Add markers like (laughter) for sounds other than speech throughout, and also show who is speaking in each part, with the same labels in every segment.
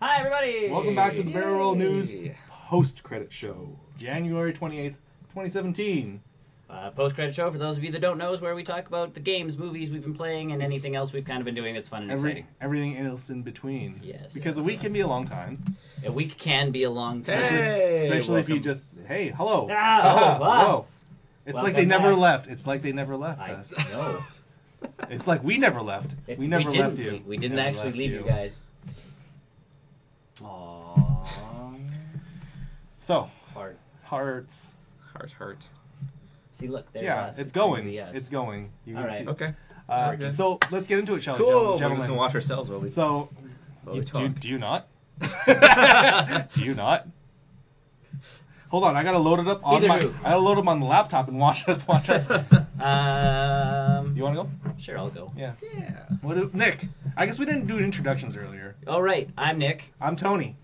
Speaker 1: Hi, everybody.
Speaker 2: Welcome back to the Barrel Roll
Speaker 1: Yay.
Speaker 2: News post credit show, January 28th, 2017.
Speaker 1: Uh, post-credit show for those of you that don't know is where we talk about the games, movies we've been playing, and anything else we've kind of been doing that's fun and
Speaker 2: Every,
Speaker 1: exciting.
Speaker 2: everything else in between.
Speaker 1: Yes.
Speaker 2: Because a week can be a long time.
Speaker 1: A week can be a long time.
Speaker 2: Especially,
Speaker 3: Hey,
Speaker 2: especially if you
Speaker 3: welcome.
Speaker 2: just, hey, hello.
Speaker 1: Ah,
Speaker 2: Haha,
Speaker 1: oh, wow.
Speaker 2: whoa. It's like they
Speaker 1: Welcome
Speaker 2: never
Speaker 1: back.
Speaker 2: left. It's like they never left
Speaker 1: I
Speaker 2: us.
Speaker 1: know.
Speaker 2: It's like we never left.
Speaker 1: It's-
Speaker 2: we never
Speaker 1: didn't,
Speaker 2: left you.
Speaker 1: We, we didn't
Speaker 2: Never
Speaker 1: actually
Speaker 2: left
Speaker 1: leave you. guys. Aww.
Speaker 2: So,
Speaker 1: Hard.
Speaker 2: hearts.
Speaker 3: Heart, heart.
Speaker 1: see, look, there's
Speaker 2: yeah,
Speaker 1: us.
Speaker 2: it's going.
Speaker 1: gonna be us.
Speaker 2: It's going. You can
Speaker 1: All right.
Speaker 2: see.
Speaker 3: Okay.
Speaker 2: Uh,
Speaker 3: very good.
Speaker 2: so let's get into it, shall
Speaker 3: Cool.
Speaker 2: we,
Speaker 3: We're just
Speaker 2: gentlemen?
Speaker 3: gonna watch ourselves while we.
Speaker 2: So,
Speaker 3: while
Speaker 2: you,
Speaker 3: we
Speaker 2: do, you-
Speaker 3: talk.
Speaker 2: do you not? do you not? Hold on, I gotta load it up on
Speaker 1: Either
Speaker 2: my.
Speaker 1: do.
Speaker 2: I gotta load up on the laptop and watch us. Watch
Speaker 3: (laughs)
Speaker 2: us. Do
Speaker 1: Um,
Speaker 2: you want to go?
Speaker 1: sure, I'll go.
Speaker 2: Yeah.
Speaker 3: yeah.
Speaker 2: What? do- Nick. I guess we didn't do introductions earlier.
Speaker 1: All right, I'm Nick.
Speaker 2: I'm Tony.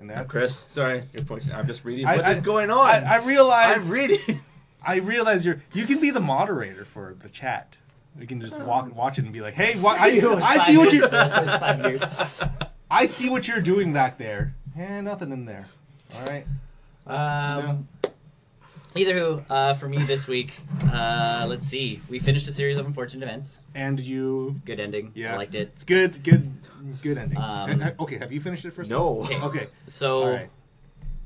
Speaker 2: And that's
Speaker 3: Chris, sorry, you're pointing. I'm just reading.
Speaker 2: I-
Speaker 3: What is
Speaker 2: I-
Speaker 3: going on?
Speaker 2: I, I realize.
Speaker 3: am (laughs) reading.
Speaker 2: I realize you're. You can be the moderator for the chat. We can just walk, watch it, and be like, "Hey, wha- I,
Speaker 1: It was
Speaker 2: I
Speaker 1: five
Speaker 2: see what
Speaker 1: years
Speaker 2: you.
Speaker 1: for us, it was five
Speaker 3: (laughs)
Speaker 1: years.
Speaker 2: (laughs) I see what you're doing back there. Eh, nothing in there. All right.
Speaker 1: Um, Either who, uh, for me this week, uh, let's see. We finished a series of unfortunate events.
Speaker 2: And you.
Speaker 1: Good ending.
Speaker 2: Yeah.
Speaker 1: I liked it.
Speaker 2: It's good. Good. Good ending.
Speaker 1: Um,
Speaker 2: Eh, eh, okay. Have you finished it first?
Speaker 3: No.
Speaker 2: (laughs)
Speaker 1: (laughs)
Speaker 2: Okay.
Speaker 1: So
Speaker 2: All right.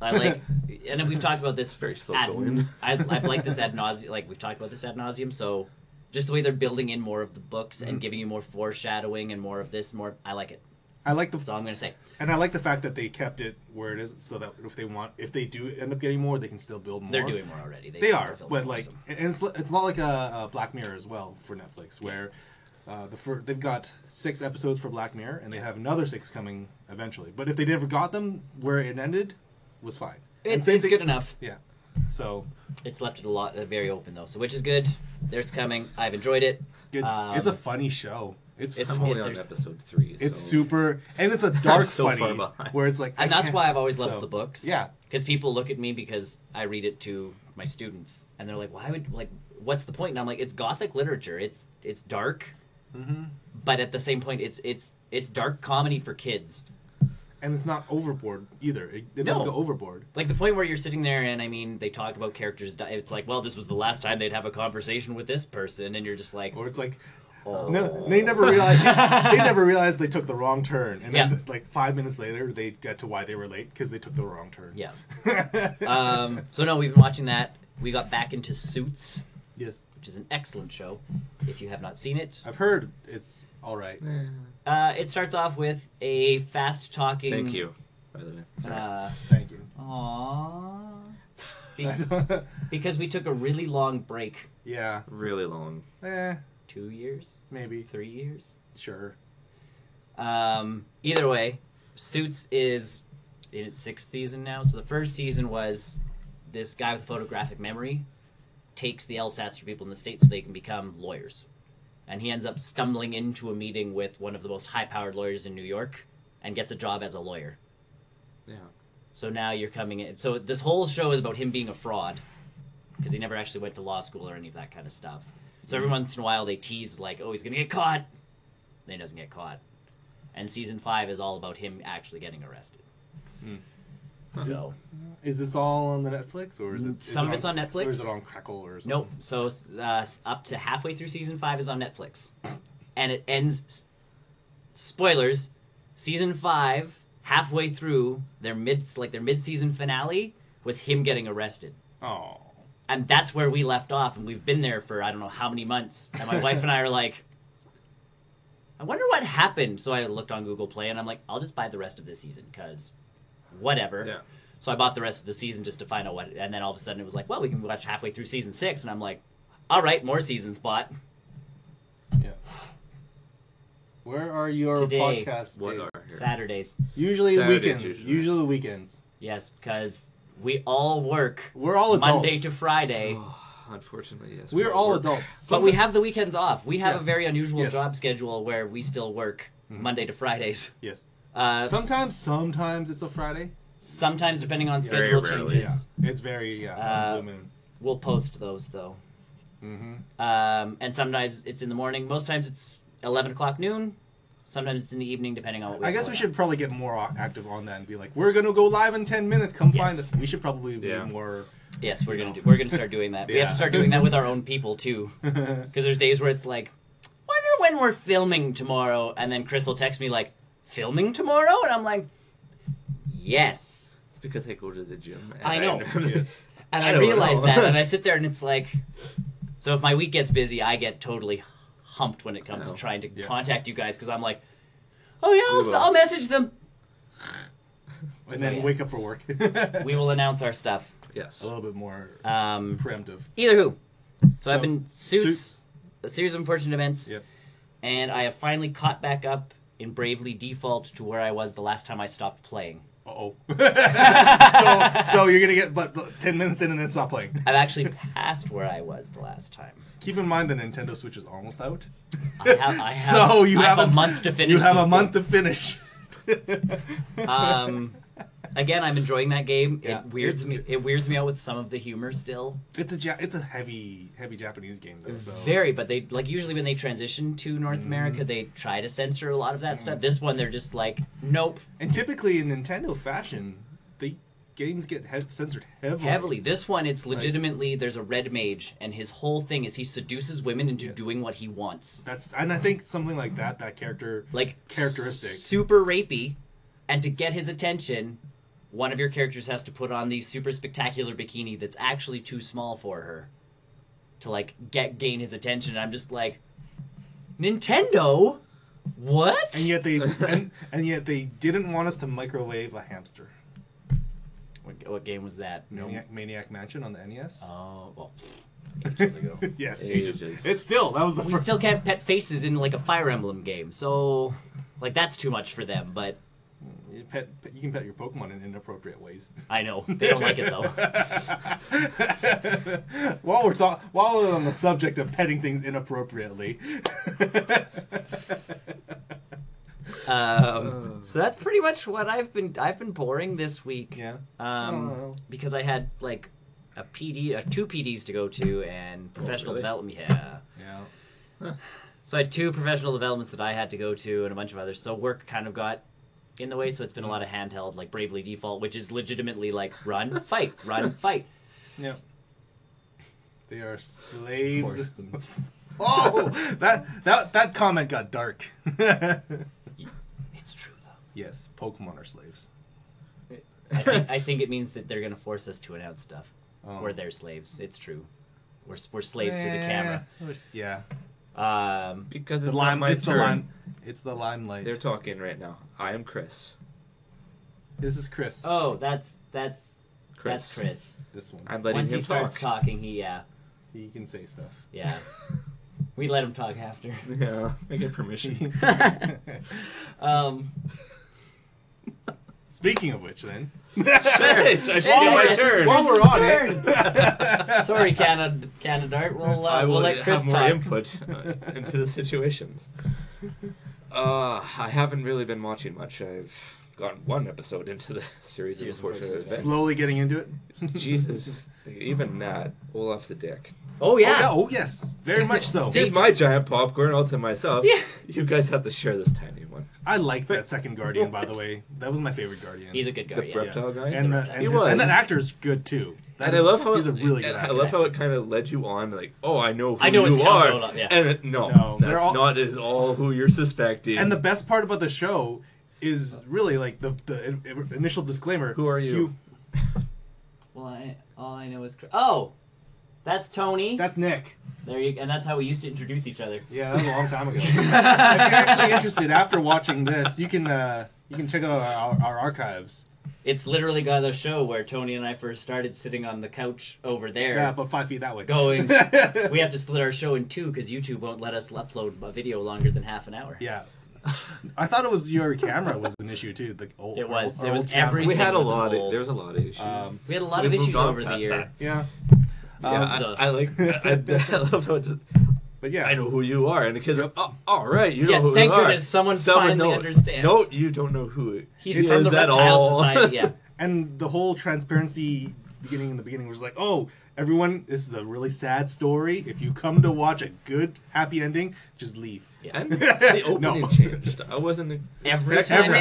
Speaker 1: I
Speaker 2: (laughs)
Speaker 1: like, and then we've talked about this
Speaker 3: very slow
Speaker 1: ad,
Speaker 3: going.
Speaker 1: I, I've
Speaker 3: (laughs)
Speaker 1: liked this ad nauseum. Like we've talked about this ad nauseum. So just the way they're building in more of the books
Speaker 2: Mm-hmm.
Speaker 1: and giving you more foreshadowing and more of this, more I like it.
Speaker 2: I like the
Speaker 1: That's all I'm gonna say.
Speaker 2: and I like the fact that they kept it where it is, so that if they want, if they do end up getting more, they can still build more.
Speaker 1: They're doing more already.
Speaker 2: They
Speaker 1: still
Speaker 2: are,
Speaker 1: filming
Speaker 2: but
Speaker 1: more,
Speaker 2: like,
Speaker 1: so.
Speaker 2: and it's it's not like a, a Black Mirror as well for Netflix, where uh, the fir- they've got six episodes for Black Mirror, and they have another six coming eventually. But if they never got them, where it ended was fine. And
Speaker 1: it's,
Speaker 2: same
Speaker 1: it's
Speaker 2: thing-
Speaker 1: good enough.
Speaker 2: Yeah. So
Speaker 1: It's left it a lot uh, very open though, so which is good. There's coming. I've enjoyed it.
Speaker 2: good.
Speaker 1: Um,
Speaker 2: it's a funny show. It's
Speaker 1: it's-
Speaker 2: fu-
Speaker 3: I'm only on
Speaker 1: there's-
Speaker 3: episode three.
Speaker 2: it's
Speaker 3: so-
Speaker 2: super, and
Speaker 1: (laughs)
Speaker 2: it's a dark
Speaker 3: so far
Speaker 2: funny
Speaker 3: behind.
Speaker 2: where it's like, I
Speaker 1: and that's
Speaker 2: can't-
Speaker 1: why I've always loved
Speaker 2: so,
Speaker 1: the books.
Speaker 2: Yeah.
Speaker 1: because people look at me because I read it to my students, and they're like, "Why would like what's the point?" And I'm like, "It's gothic literature. It's it's dark, Mm-hmm. but at the same point, it's it's it's dark comedy for kids.
Speaker 2: and it's not overboard either. It, it doesn't
Speaker 1: No.
Speaker 2: go overboard.
Speaker 1: Like the point where you're sitting there, and I mean, they talk about characters. Di- it's like, well, this was the last time they'd have a conversation with this person, and you're just like,
Speaker 2: Or (laughs) it's like,
Speaker 1: oh,
Speaker 2: no, they never realized
Speaker 1: (laughs)
Speaker 2: they never realized they took the wrong turn, and then
Speaker 1: Yeah.
Speaker 2: like five minutes later they got to why they were late because they took the wrong turn. (laughs)
Speaker 1: yeah. um, so no, we've been watching that. We got back into Suits,
Speaker 2: Yes,
Speaker 1: which is an excellent show. If you have not seen it,
Speaker 2: I've heard it's all right.
Speaker 1: uh, it starts off with a fast talking.
Speaker 3: Thank you. By the way.
Speaker 1: Uh,
Speaker 2: Thank you.
Speaker 1: Aww.
Speaker 2: (laughs) I don't-
Speaker 1: because we took a really long break.
Speaker 2: yeah,
Speaker 3: really long.
Speaker 2: eh,
Speaker 1: Two years?
Speaker 2: maybe
Speaker 1: Three years?
Speaker 2: sure.
Speaker 1: Um, either way, Suits is in its sixth season now. So the first season was this guy with photographic memory takes the LSATs for people in the States so they can become lawyers. And he ends up stumbling into a meeting with one of the most high powered lawyers in New York and gets a job as a lawyer.
Speaker 3: Yeah.
Speaker 1: So now you're coming in. So this whole show is about him being a fraud because he never actually went to law school or any of that kind of stuff. So every once in a while they tease like, "Oh, he's gonna get caught," then he doesn't get caught. And season five is all about him actually getting arrested.
Speaker 2: Is this,
Speaker 1: So
Speaker 2: is this all on the Netflix or is it? is
Speaker 1: Some
Speaker 2: it
Speaker 1: of it's on Netflix.
Speaker 2: Or is it on Crackle or something?
Speaker 1: nope. So uh, up to halfway through season five is on Netflix, and it ends. Spoilers. Season five, halfway through their mid like their mid season finale was him getting arrested.
Speaker 2: Oh,
Speaker 1: and that's where we left off and we've been there for i don't know how many months and my wife and i are like i wonder what happened so i looked on google play and i'm like i'll just buy the rest of this season because whatever
Speaker 3: Yeah.
Speaker 1: so i bought the rest of the season just to find out what and then all of a sudden it was like well we can watch halfway through season six and i'm like all right more seasons bought
Speaker 2: yeah. Where are your
Speaker 1: Today.
Speaker 2: podcast
Speaker 3: What
Speaker 2: days?
Speaker 3: are here?
Speaker 1: saturdays
Speaker 2: Usually the
Speaker 3: Saturdays
Speaker 2: weekends.
Speaker 3: usually.
Speaker 2: Usually the weekends.
Speaker 1: yes because we all work
Speaker 2: We're all adults. Oh.
Speaker 1: monday to friday
Speaker 3: Oh, Unfortunately, yes.
Speaker 2: We're
Speaker 3: at
Speaker 2: all
Speaker 3: work.
Speaker 2: adults.
Speaker 1: but we have the weekends off we have
Speaker 2: Yes.
Speaker 1: a very unusual
Speaker 2: Yes. Mm-hmm.
Speaker 1: job schedule where we still work monday to fridays
Speaker 2: yes.
Speaker 1: uh,
Speaker 2: Sometimes, sometimes it's a Friday.
Speaker 1: Sometimes, depending on
Speaker 3: Very
Speaker 1: schedule
Speaker 3: rarely.
Speaker 1: changes,
Speaker 2: Yeah, it's very yeah.
Speaker 1: Uh,
Speaker 2: blue moon.
Speaker 1: we'll post those though.
Speaker 2: Mm-hmm.
Speaker 1: Um, and sometimes it's in the morning. Most times it's eleven o'clock noon. Sometimes it's in the evening, depending on what. we
Speaker 2: I
Speaker 1: have
Speaker 2: guess we
Speaker 1: going
Speaker 2: should probably get more o- active on that and be like, we're gonna go live in ten minutes. Come find
Speaker 1: Yes.
Speaker 2: us. We should probably be
Speaker 1: (laughs)
Speaker 3: Yeah.
Speaker 2: more.
Speaker 1: on. Yes, we're
Speaker 2: you
Speaker 1: gonna
Speaker 2: know.
Speaker 1: do, we're gonna start doing that. We have
Speaker 2: Yeah.
Speaker 1: to start doing that with our own people too, because there's days where it's like, wonder when we're filming tomorrow, and then Chris will text me like, filming tomorrow, and I'm like, yes.
Speaker 3: It's because I go to the gym. And
Speaker 1: I
Speaker 3: (laughs)
Speaker 1: know.
Speaker 2: Yes.
Speaker 1: And
Speaker 3: I
Speaker 1: I,
Speaker 3: don't
Speaker 1: realize
Speaker 3: know.
Speaker 1: that, and I sit there, and it's like, so if my week gets busy, I get totally humped when it comes to
Speaker 3: know.
Speaker 1: trying to
Speaker 2: Yeah.
Speaker 1: contact you guys because I'm like, oh yeah,
Speaker 3: We
Speaker 1: I'll,
Speaker 3: will.
Speaker 1: I'll message them.
Speaker 2: and then
Speaker 1: yes.
Speaker 2: wake up for work. (laughs) a
Speaker 1: We will announce our stuff.
Speaker 3: Yes. (laughs)
Speaker 2: little bit more
Speaker 1: Um,
Speaker 2: preemptive.
Speaker 1: either who. So, I've been suits,
Speaker 2: suits.
Speaker 1: a series of unfortunate events,
Speaker 2: Yep.
Speaker 1: and I have finally caught back up in Bravely Default to where I was the last time I stopped playing.
Speaker 2: Uh oh. (laughs) so so you're gonna get but, but ten minutes in and then stop playing.
Speaker 1: I've actually (laughs) passed where I was the last time.
Speaker 2: Keep in mind that Nintendo Switch is almost out.
Speaker 1: I have, I have,
Speaker 2: so you
Speaker 1: I have,
Speaker 2: haven't-
Speaker 1: a month to finish.
Speaker 2: You have
Speaker 1: this
Speaker 2: a
Speaker 1: thing.
Speaker 2: month to finish. (laughs)
Speaker 1: Um, again, I'm enjoying that game.
Speaker 2: Yeah,
Speaker 1: it weirds
Speaker 2: it's
Speaker 1: me.
Speaker 2: good.
Speaker 1: It weirds me out with some of the humor still.
Speaker 2: it's a ja- it's a heavy heavy Japanese game though. So Mm.
Speaker 1: Very, but they like usually when they transition to North America, they try to censor a lot of that stuff. This one, they're just like, nope,
Speaker 2: and typically in Nintendo fashion, the games get he- censored heavily.
Speaker 1: heavily. This one, it's legitimately there's a red mage, and his whole thing is he seduces women into
Speaker 2: Yeah.
Speaker 1: doing what he wants,
Speaker 2: That's and I think something like that. That character
Speaker 1: like
Speaker 2: Characteristic.
Speaker 1: super rapey, and to get his attention. One of your characters has to put on the super spectacular bikini that's actually too small for her to like get gain his attention. And I'm just like, Nintendo, what?
Speaker 2: And yet they and, and yet they didn't want us to microwave a hamster.
Speaker 1: what, what game was that?
Speaker 2: Maniac, Maniac Mansion on the E NES.
Speaker 1: Oh well, ages ago.
Speaker 2: (laughs) yes, ages.
Speaker 3: Ages.
Speaker 2: It's still that was the
Speaker 1: we
Speaker 2: first.
Speaker 1: still can't pet faces in like a Fire Emblem game, so like that's too much for them. But
Speaker 2: You, pet, pet- you can pet your Pokemon in inappropriate (laughs) ways.
Speaker 1: I know they don't like it though.
Speaker 2: while we're talk, while we're on the subject of petting things inappropriately, (laughs) Oh.
Speaker 1: Um, so that's pretty much what I've been I've been pouring this week.
Speaker 2: yeah,
Speaker 1: Um,
Speaker 2: Oh.
Speaker 1: because I had like a PD, uh, two PDs to go to,
Speaker 2: Oh,
Speaker 1: and professional
Speaker 3: really?
Speaker 1: development. Yeah.
Speaker 2: yeah,
Speaker 1: So I had two professional developments that I had to go to, and a bunch of others. So work kind of got in the way. So it's been a lot of handheld, like Bravely Default, which is legitimately like
Speaker 2: (laughs)
Speaker 1: run, fight, run, fight.
Speaker 2: yeah. They are slaves.
Speaker 3: Force them.
Speaker 2: (laughs) oh, that that that comment got dark. (laughs)
Speaker 1: It's true though.
Speaker 2: yes, Pokemon are slaves.
Speaker 1: I think, I think it means that they're gonna force us to announce stuff.
Speaker 2: Oh.
Speaker 1: We're their slaves. It's true. We're, we're slaves to the camera.
Speaker 2: Eh, Yeah,
Speaker 1: Um,
Speaker 3: because
Speaker 2: the
Speaker 3: it's
Speaker 2: lime.
Speaker 3: not my
Speaker 2: It's the
Speaker 3: turn.
Speaker 2: lime. It's the limelight.
Speaker 3: They're talking right now. I am Chris.
Speaker 2: this is Chris.
Speaker 1: oh, that's that's
Speaker 3: Chris.
Speaker 1: that's Chris.
Speaker 2: This one.
Speaker 3: I'm letting
Speaker 1: Once
Speaker 3: him
Speaker 1: he starts
Speaker 3: talk.
Speaker 1: talking, he yeah,
Speaker 2: he can say stuff.
Speaker 1: yeah. we let him talk after.
Speaker 3: (laughs) Yeah, (laughs) I get permission.
Speaker 1: (laughs)
Speaker 3: (laughs)
Speaker 1: Um,
Speaker 2: Speaking of which, then. (laughs)
Speaker 3: Yes, I should
Speaker 1: Hey,
Speaker 3: get my
Speaker 1: it's
Speaker 3: turn.
Speaker 2: While we're on
Speaker 1: turn.
Speaker 2: (laughs) it.
Speaker 1: sorry, Canada, Canada. (laughs) We'll uh,
Speaker 3: I
Speaker 1: we'll
Speaker 3: will
Speaker 1: let Chris
Speaker 3: have more
Speaker 1: talk.
Speaker 3: input uh,
Speaker 1: (laughs)
Speaker 3: into the situations. Uh, I haven't really been watching much. I've gotten one episode into the (laughs)
Speaker 1: Series
Speaker 3: series of
Speaker 1: of Unfortunate
Speaker 3: unfortunate events.
Speaker 2: Slowly getting into it.
Speaker 3: (laughs)
Speaker 2: (laughs)
Speaker 3: Jesus, even that Olaf's a dick.
Speaker 1: Oh
Speaker 2: Oh, yeah,
Speaker 1: yeah.
Speaker 2: oh yes, very much so.
Speaker 3: Here's my giant popcorn all to myself.
Speaker 1: Oh, Yeah.
Speaker 3: You guys have to share this tiny one.
Speaker 2: I like that second Guardian, by the way. That was my favorite Guardian.
Speaker 1: He's a good guy.
Speaker 3: The
Speaker 1: Yeah.
Speaker 3: prep- Reptile guy?
Speaker 2: and, the,
Speaker 3: He
Speaker 2: and,
Speaker 3: was.
Speaker 2: and that actor's good too. That
Speaker 3: And I
Speaker 2: is-
Speaker 3: love how
Speaker 2: he's
Speaker 3: it,
Speaker 2: a really good
Speaker 3: I
Speaker 2: actor.
Speaker 3: love how it kind of led you on, like, oh, I know who
Speaker 1: I know it's
Speaker 3: you
Speaker 1: Count
Speaker 3: are,
Speaker 1: Olaf, yeah.
Speaker 3: and it, no,
Speaker 2: No, they're
Speaker 3: that's
Speaker 2: all-
Speaker 3: not at all who you're suspecting.
Speaker 2: And the best part about the show is really like the the in- initial disclaimer.
Speaker 3: Who are you?
Speaker 1: Well, I, all I know is Chris. Oh, that's Tony.
Speaker 2: that's Nick.
Speaker 1: there you, and that's how we used to introduce each other.
Speaker 2: Yeah, that was a long
Speaker 1: (laughs)
Speaker 2: time ago. if you're actually interested, after watching this, you can uh, you can check out our, our, our archives.
Speaker 1: It's literally got a show where Tony and I first started sitting on the couch over there.
Speaker 2: Yeah, but five feet that way.
Speaker 1: Going. we have to split our show in two because YouTube won't let us upload a video longer than half an hour.
Speaker 2: (laughs) yeah. I thought it was your camera was an issue too. The old,
Speaker 1: It was.
Speaker 2: our
Speaker 1: It
Speaker 2: old
Speaker 1: was
Speaker 2: camera.
Speaker 1: every-
Speaker 3: we had a
Speaker 1: was
Speaker 3: lot. Of,
Speaker 1: old.
Speaker 3: there was a lot of issues.
Speaker 2: Um, Uh,
Speaker 1: We had a lot
Speaker 3: We
Speaker 1: of
Speaker 3: moved
Speaker 1: issues
Speaker 3: on
Speaker 1: over the
Speaker 3: past
Speaker 1: year.
Speaker 3: that.
Speaker 2: yeah.
Speaker 1: Um,
Speaker 3: yeah, I,
Speaker 2: (laughs)
Speaker 3: I like. I, I love how it just.
Speaker 2: But yeah,
Speaker 3: I know who you are, and the kids are. Oh, all right, you
Speaker 1: Yeah,
Speaker 3: know who
Speaker 1: thank
Speaker 3: you are.
Speaker 1: goodness someone finally
Speaker 3: knows.
Speaker 1: understands.
Speaker 3: No, you don't know who.
Speaker 1: He's
Speaker 3: he
Speaker 1: from
Speaker 3: is
Speaker 1: the
Speaker 3: at
Speaker 1: Reptile
Speaker 3: all.
Speaker 2: (laughs)
Speaker 1: Society. Yeah.
Speaker 2: And the whole transparency beginning in the beginning was like, oh, everyone, this is a really sad story. If you come to watch a good happy ending, just leave.
Speaker 1: Yeah.
Speaker 2: (laughs)
Speaker 3: And the
Speaker 2: No.
Speaker 3: opening changed. I wasn't
Speaker 1: Every
Speaker 3: expecting
Speaker 1: time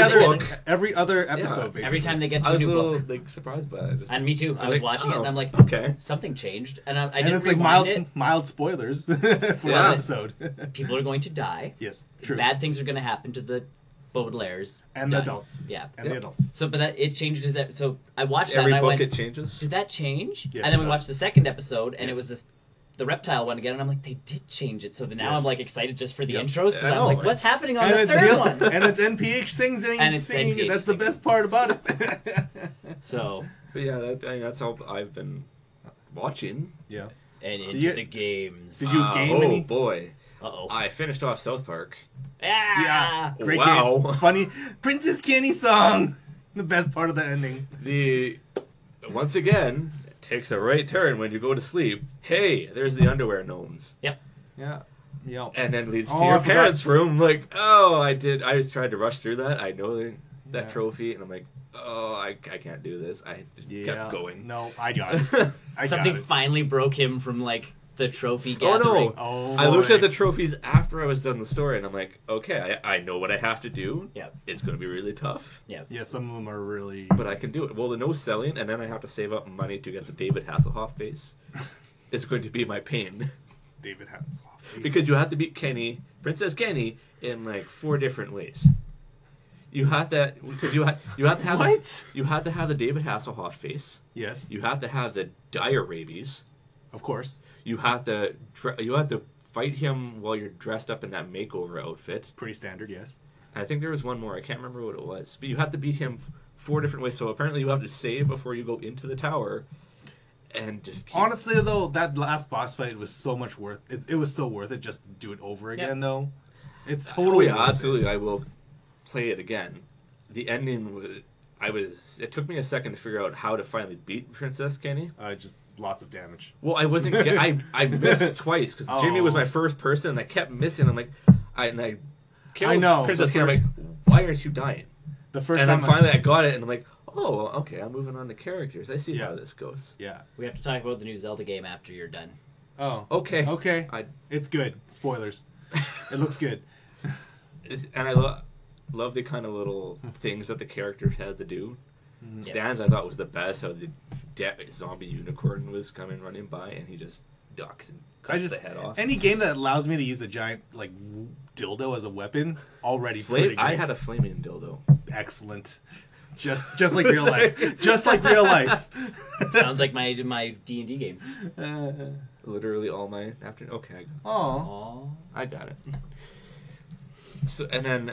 Speaker 1: Every-
Speaker 2: every,
Speaker 3: that.
Speaker 1: every
Speaker 2: other
Speaker 1: book.
Speaker 2: every other episode
Speaker 3: Yeah.
Speaker 2: basically.
Speaker 1: Every time they get to
Speaker 3: I
Speaker 1: a
Speaker 3: was a
Speaker 1: new
Speaker 3: little
Speaker 1: book,
Speaker 3: like surprised by it. Just-
Speaker 1: and me too. I was,
Speaker 3: like,
Speaker 1: watching it,
Speaker 3: oh,
Speaker 1: and I'm like,
Speaker 3: okay.
Speaker 1: something changed, and I, I
Speaker 2: and
Speaker 1: didn't
Speaker 2: it's like
Speaker 1: rewind
Speaker 2: mild
Speaker 1: it.
Speaker 2: mild spoilers (laughs) for that
Speaker 3: Yeah.
Speaker 2: episode. (laughs)
Speaker 1: People are going to die.
Speaker 2: yes, (laughs) true.
Speaker 1: Bad things are going to happen to the Baudelaires
Speaker 2: and the
Speaker 1: Done.
Speaker 2: adults.
Speaker 1: Yeah.
Speaker 2: And the
Speaker 3: Yep.
Speaker 2: adults.
Speaker 1: So, but that it changed his. ep- So I watched
Speaker 3: Every
Speaker 1: that, and
Speaker 3: book
Speaker 1: I went,
Speaker 3: it
Speaker 1: (laughs)
Speaker 3: changes.
Speaker 1: did that change?
Speaker 2: Yes,
Speaker 1: and then
Speaker 2: it
Speaker 1: we
Speaker 2: does.
Speaker 1: watched the second episode, and it
Speaker 2: Yes.
Speaker 1: was this the reptile one again, and I'm like, they did change it. So then now I'm
Speaker 2: Yes.
Speaker 1: like excited just for the
Speaker 2: Yep.
Speaker 1: intros because
Speaker 3: I
Speaker 1: I'm
Speaker 3: know,
Speaker 1: like,
Speaker 3: right?
Speaker 1: what's happening on
Speaker 2: And
Speaker 1: the
Speaker 2: it's,
Speaker 1: third
Speaker 2: Neil- (laughs)
Speaker 1: one?
Speaker 2: and it's NPH sing sing
Speaker 1: (laughs) And it's
Speaker 2: sing.
Speaker 1: NPH
Speaker 2: That's the
Speaker 1: sing.
Speaker 2: best part about it. (laughs)
Speaker 1: So
Speaker 3: But yeah, that, I mean, that's all I've been watching.
Speaker 2: yeah.
Speaker 1: and into
Speaker 2: you-
Speaker 1: the games.
Speaker 2: Did you
Speaker 3: Uh,
Speaker 2: game
Speaker 3: oh
Speaker 2: any?
Speaker 3: boy,
Speaker 1: Uh oh.
Speaker 3: I finished off South Park.
Speaker 1: Ah!
Speaker 2: Great
Speaker 3: Wow.
Speaker 2: game. Funny Princess Kenny song. (laughs) The best part of that ending.
Speaker 3: The once again it takes a right turn when you go to sleep. Hey, there's the underwear gnomes,
Speaker 1: Yep.
Speaker 2: Yeah. Yeah.
Speaker 3: and then leads to
Speaker 2: Oh,
Speaker 3: your
Speaker 2: I forgot.
Speaker 3: parents' room. Like, oh, I did. I just tried to rush through that. I know that, that
Speaker 2: Yeah.
Speaker 3: trophy, and I'm like, oh, I, I can't do this. I just
Speaker 2: Yeah.
Speaker 3: kept going.
Speaker 2: No, I got it.
Speaker 3: (laughs)
Speaker 2: (laughs) I
Speaker 1: Something
Speaker 2: got it.
Speaker 1: finally broke him from like the trophy
Speaker 3: Oh
Speaker 1: gathering.
Speaker 3: no!
Speaker 2: Oh,
Speaker 3: I looked
Speaker 2: boy.
Speaker 3: at the trophies after I was done the story, and I'm like, okay, I, I know what I have to do.
Speaker 1: Yep.
Speaker 3: It's gonna be really tough,
Speaker 1: Yep.
Speaker 2: Yeah, some of them are really.
Speaker 3: but I can do it. Well, the no selling, and then I have to save up money to get the David Hasselhoff face. It's going to be my pain (laughs)
Speaker 2: David Hasselhoff.
Speaker 3: because you have to beat Kenny, Princess Kenny, in like four different ways. You had that because you had you had to have
Speaker 2: What?
Speaker 3: you had to have the David Hasselhoff face.
Speaker 2: Yes,
Speaker 3: You had to have the dire rabies.
Speaker 2: of course.
Speaker 3: You had to dre- you had to fight him while you're dressed up in that makeover outfit.
Speaker 2: Pretty standard, yes.
Speaker 3: I think there was one more. I can't remember what it was. But you have to beat him f- four different ways. So apparently you have to save before you go into the tower, and just keep...
Speaker 2: Honestly, though, that last boss fight was so much worth. It, it was so worth it just to do it over again, though. It's
Speaker 3: Oh
Speaker 2: totally.
Speaker 3: yeah,
Speaker 2: worth it.
Speaker 3: absolutely. I will play it again. The ending. wa- I was. It took me a second to figure out how to finally beat Princess Kenny.
Speaker 2: Uh, just lots of damage.
Speaker 3: Well, I wasn't. Get, I
Speaker 2: (laughs)
Speaker 3: I missed twice because Jimmy was
Speaker 2: Oh.
Speaker 3: my first person, and I kept missing. I'm like, I and I.
Speaker 2: I know,
Speaker 3: Princess
Speaker 2: the
Speaker 3: Kenny.
Speaker 2: first-
Speaker 3: I'm like, why aren't you dying?
Speaker 2: The first
Speaker 3: and
Speaker 2: time
Speaker 3: then
Speaker 2: I-
Speaker 3: finally I got it, and I'm like, oh, okay, I'm moving on to characters. I see
Speaker 2: Yeah.
Speaker 3: how this goes.
Speaker 2: (laughs) yeah.
Speaker 1: We have to talk about the new Zelda game after you're
Speaker 2: (laughs)
Speaker 1: done.
Speaker 2: Oh.
Speaker 3: Okay.
Speaker 2: Okay.
Speaker 3: I
Speaker 2: It's good. Spoilers. It looks good.
Speaker 3: It's- and I lo- love the kind of
Speaker 2: (laughs)
Speaker 3: little things that the characters had to do.
Speaker 2: Mm-hmm.
Speaker 3: Stans, I thought was the best. How the de- zombie unicorn was coming running by, and he just ducks and (laughs) cuts
Speaker 2: I just
Speaker 3: the head off.
Speaker 2: any game that allows me to use a giant like w- dildo as a weapon already pretty
Speaker 3: Flame, I
Speaker 2: great.
Speaker 3: had a flaming dildo.
Speaker 2: excellent. Just just like real
Speaker 3: (laughs)
Speaker 2: life. Just like real life.
Speaker 1: Sounds like my my D and D games.
Speaker 3: Literally all my afternoon. Okay, I got
Speaker 2: Oh.
Speaker 1: Aw.
Speaker 3: I got it. So and then,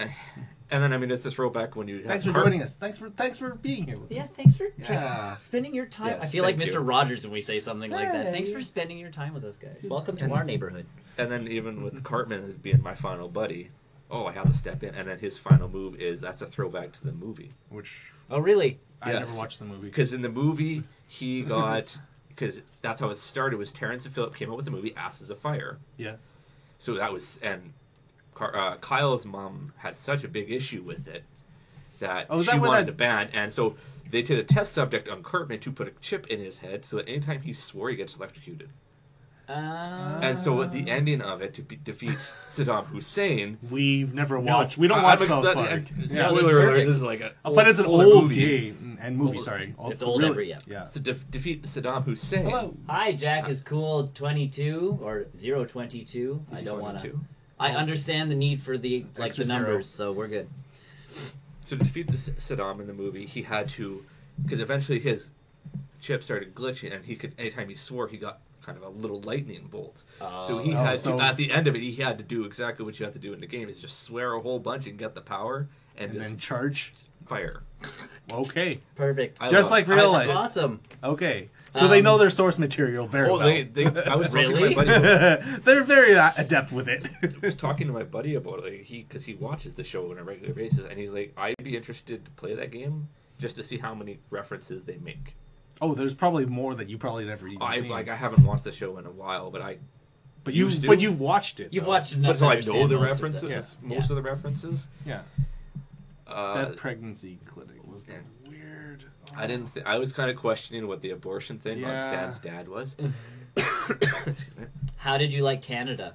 Speaker 3: and then I mean it's this throwback when you have
Speaker 2: Thanks for
Speaker 3: car-
Speaker 2: joining us. Thanks for thanks for being here. With
Speaker 1: Yeah,
Speaker 2: us.
Speaker 1: thanks for
Speaker 2: Yeah.
Speaker 1: spending your time.
Speaker 3: Yes,
Speaker 1: I feel like
Speaker 3: thank
Speaker 1: Mr.
Speaker 3: you.
Speaker 1: Rogers when we say something like that.
Speaker 2: Hey.
Speaker 1: Thanks for spending your time with us, guys. Welcome to
Speaker 3: And-
Speaker 1: our neighborhood.
Speaker 3: And then even
Speaker 2: Mm-hmm.
Speaker 3: with Cartman being my final buddy, oh I have to step in. And then his final move is that's a throwback to the movie.
Speaker 2: Which
Speaker 1: Oh, really?
Speaker 2: I
Speaker 3: Yes.
Speaker 2: never watched the movie.
Speaker 3: because in the movie he got (laughs) because that's how it started was Terrence and Phillip came up with the movie Asses of Fire.
Speaker 2: Yeah.
Speaker 3: So that was and Car- uh, Kyle's mom had such a big issue with it that
Speaker 2: Oh, is
Speaker 3: she
Speaker 2: that where
Speaker 3: wanted
Speaker 2: that-
Speaker 3: to ban, and so they did a test subject on Cartman to put a chip in his head so that anytime he swore he gets electrocuted.
Speaker 1: Uh,
Speaker 3: And so at the
Speaker 2: Ah.
Speaker 3: ending of it to be- defeat Saddam
Speaker 2: (laughs)
Speaker 3: Hussein.
Speaker 2: We've never watched. we
Speaker 3: I-
Speaker 2: don't watch
Speaker 3: I'm ex-
Speaker 2: South
Speaker 3: that-
Speaker 2: Park.
Speaker 3: I-
Speaker 2: Yeah.
Speaker 1: this is
Speaker 3: Spoiler alert!
Speaker 1: perfect.
Speaker 3: This is like a
Speaker 2: but it's an
Speaker 3: older
Speaker 2: old game and movie.
Speaker 3: Old-
Speaker 2: sorry,
Speaker 1: it's old every- yeah.
Speaker 2: yeah.
Speaker 3: It's to def- defeat Saddam Hussein.
Speaker 2: Hello.
Speaker 1: hi, Jack is cool. Twenty two or zero twenty two. I
Speaker 3: He's
Speaker 1: don't want to.
Speaker 3: 22.
Speaker 1: I understand the need for the like
Speaker 2: Extra
Speaker 1: the
Speaker 2: zero.
Speaker 1: numbers, so we're good.
Speaker 3: so to defeat the S- Saddam in the movie, he had to, because eventually his chip started glitching, and he could anytime he swore, he got kind of a little lightning bolt. so he
Speaker 1: Oh.
Speaker 2: Oh,
Speaker 3: had
Speaker 2: so-
Speaker 3: to, at the end of it, he had to do exactly what you have to do in the game: is just swear a whole bunch and get the power and,
Speaker 2: And
Speaker 3: just
Speaker 2: then charge.
Speaker 3: (laughs) fire.
Speaker 2: Okay.
Speaker 1: Perfect.
Speaker 3: I
Speaker 2: Just like real
Speaker 1: That's
Speaker 2: life.
Speaker 1: awesome.
Speaker 2: Okay. So they
Speaker 1: Um,
Speaker 2: know their source material very
Speaker 3: Oh,
Speaker 2: well.
Speaker 3: they, they, I was talking
Speaker 1: Really?
Speaker 3: to my buddy. (laughs)
Speaker 2: (laughs)
Speaker 3: About,
Speaker 2: They're very uh, adept with it. (laughs)
Speaker 3: I was talking to my buddy about it, like, he because he watches the show on a regular basis, and he's like, "I'd be interested to play that game just to see how many references they make."
Speaker 2: oh, there's probably more that you probably never even
Speaker 3: Oh, I
Speaker 2: seen.
Speaker 3: like I haven't watched the show in a while, but I
Speaker 2: but
Speaker 3: you
Speaker 2: you've
Speaker 3: do?
Speaker 2: but you've watched it.
Speaker 1: You've
Speaker 2: though.
Speaker 1: watched enough.
Speaker 3: Uh, but
Speaker 1: to
Speaker 3: so I
Speaker 1: understand
Speaker 3: know the
Speaker 1: most of them.
Speaker 3: references,
Speaker 2: Yeah.
Speaker 3: most of the references.
Speaker 2: Yeah.
Speaker 3: Uh,
Speaker 2: that pregnancy clinic was the
Speaker 3: yeah.
Speaker 2: weird.
Speaker 3: I didn't. Th- I was kind of questioning what the abortion thing on
Speaker 2: Yeah.
Speaker 3: Stan's dad (coughs) was.
Speaker 1: How did you like
Speaker 3: (laughs)
Speaker 1: Canada?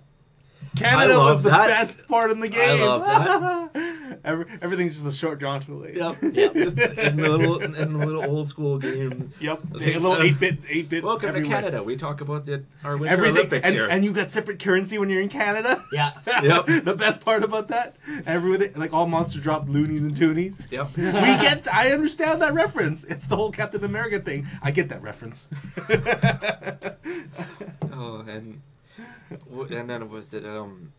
Speaker 2: Canada was
Speaker 3: I love
Speaker 2: the
Speaker 3: that.
Speaker 2: best part in the game.
Speaker 3: love
Speaker 2: that. (laughs) Every, everything's just a short jaunt away.
Speaker 3: yep. Yep. Just
Speaker 2: (laughs)
Speaker 3: in the little in the little old school game.
Speaker 2: Yep.
Speaker 3: I
Speaker 2: A
Speaker 3: think,
Speaker 2: little
Speaker 3: uh,
Speaker 2: eight bit, eight bit.
Speaker 3: Welcome to Canada. We talk about the our Winter
Speaker 2: Everything,
Speaker 3: Olympics
Speaker 2: and,
Speaker 3: here.
Speaker 2: and you got separate currency when you're in Canada. (laughs)
Speaker 1: Yeah.
Speaker 3: Yep.
Speaker 2: the best part about that, everything, like all monster dropped loonies and toonies.
Speaker 3: Yep.
Speaker 2: we get. I understand that reference. It's the whole Captain America thing. I get that reference. (laughs)
Speaker 3: Oh, and wh- and then was it um.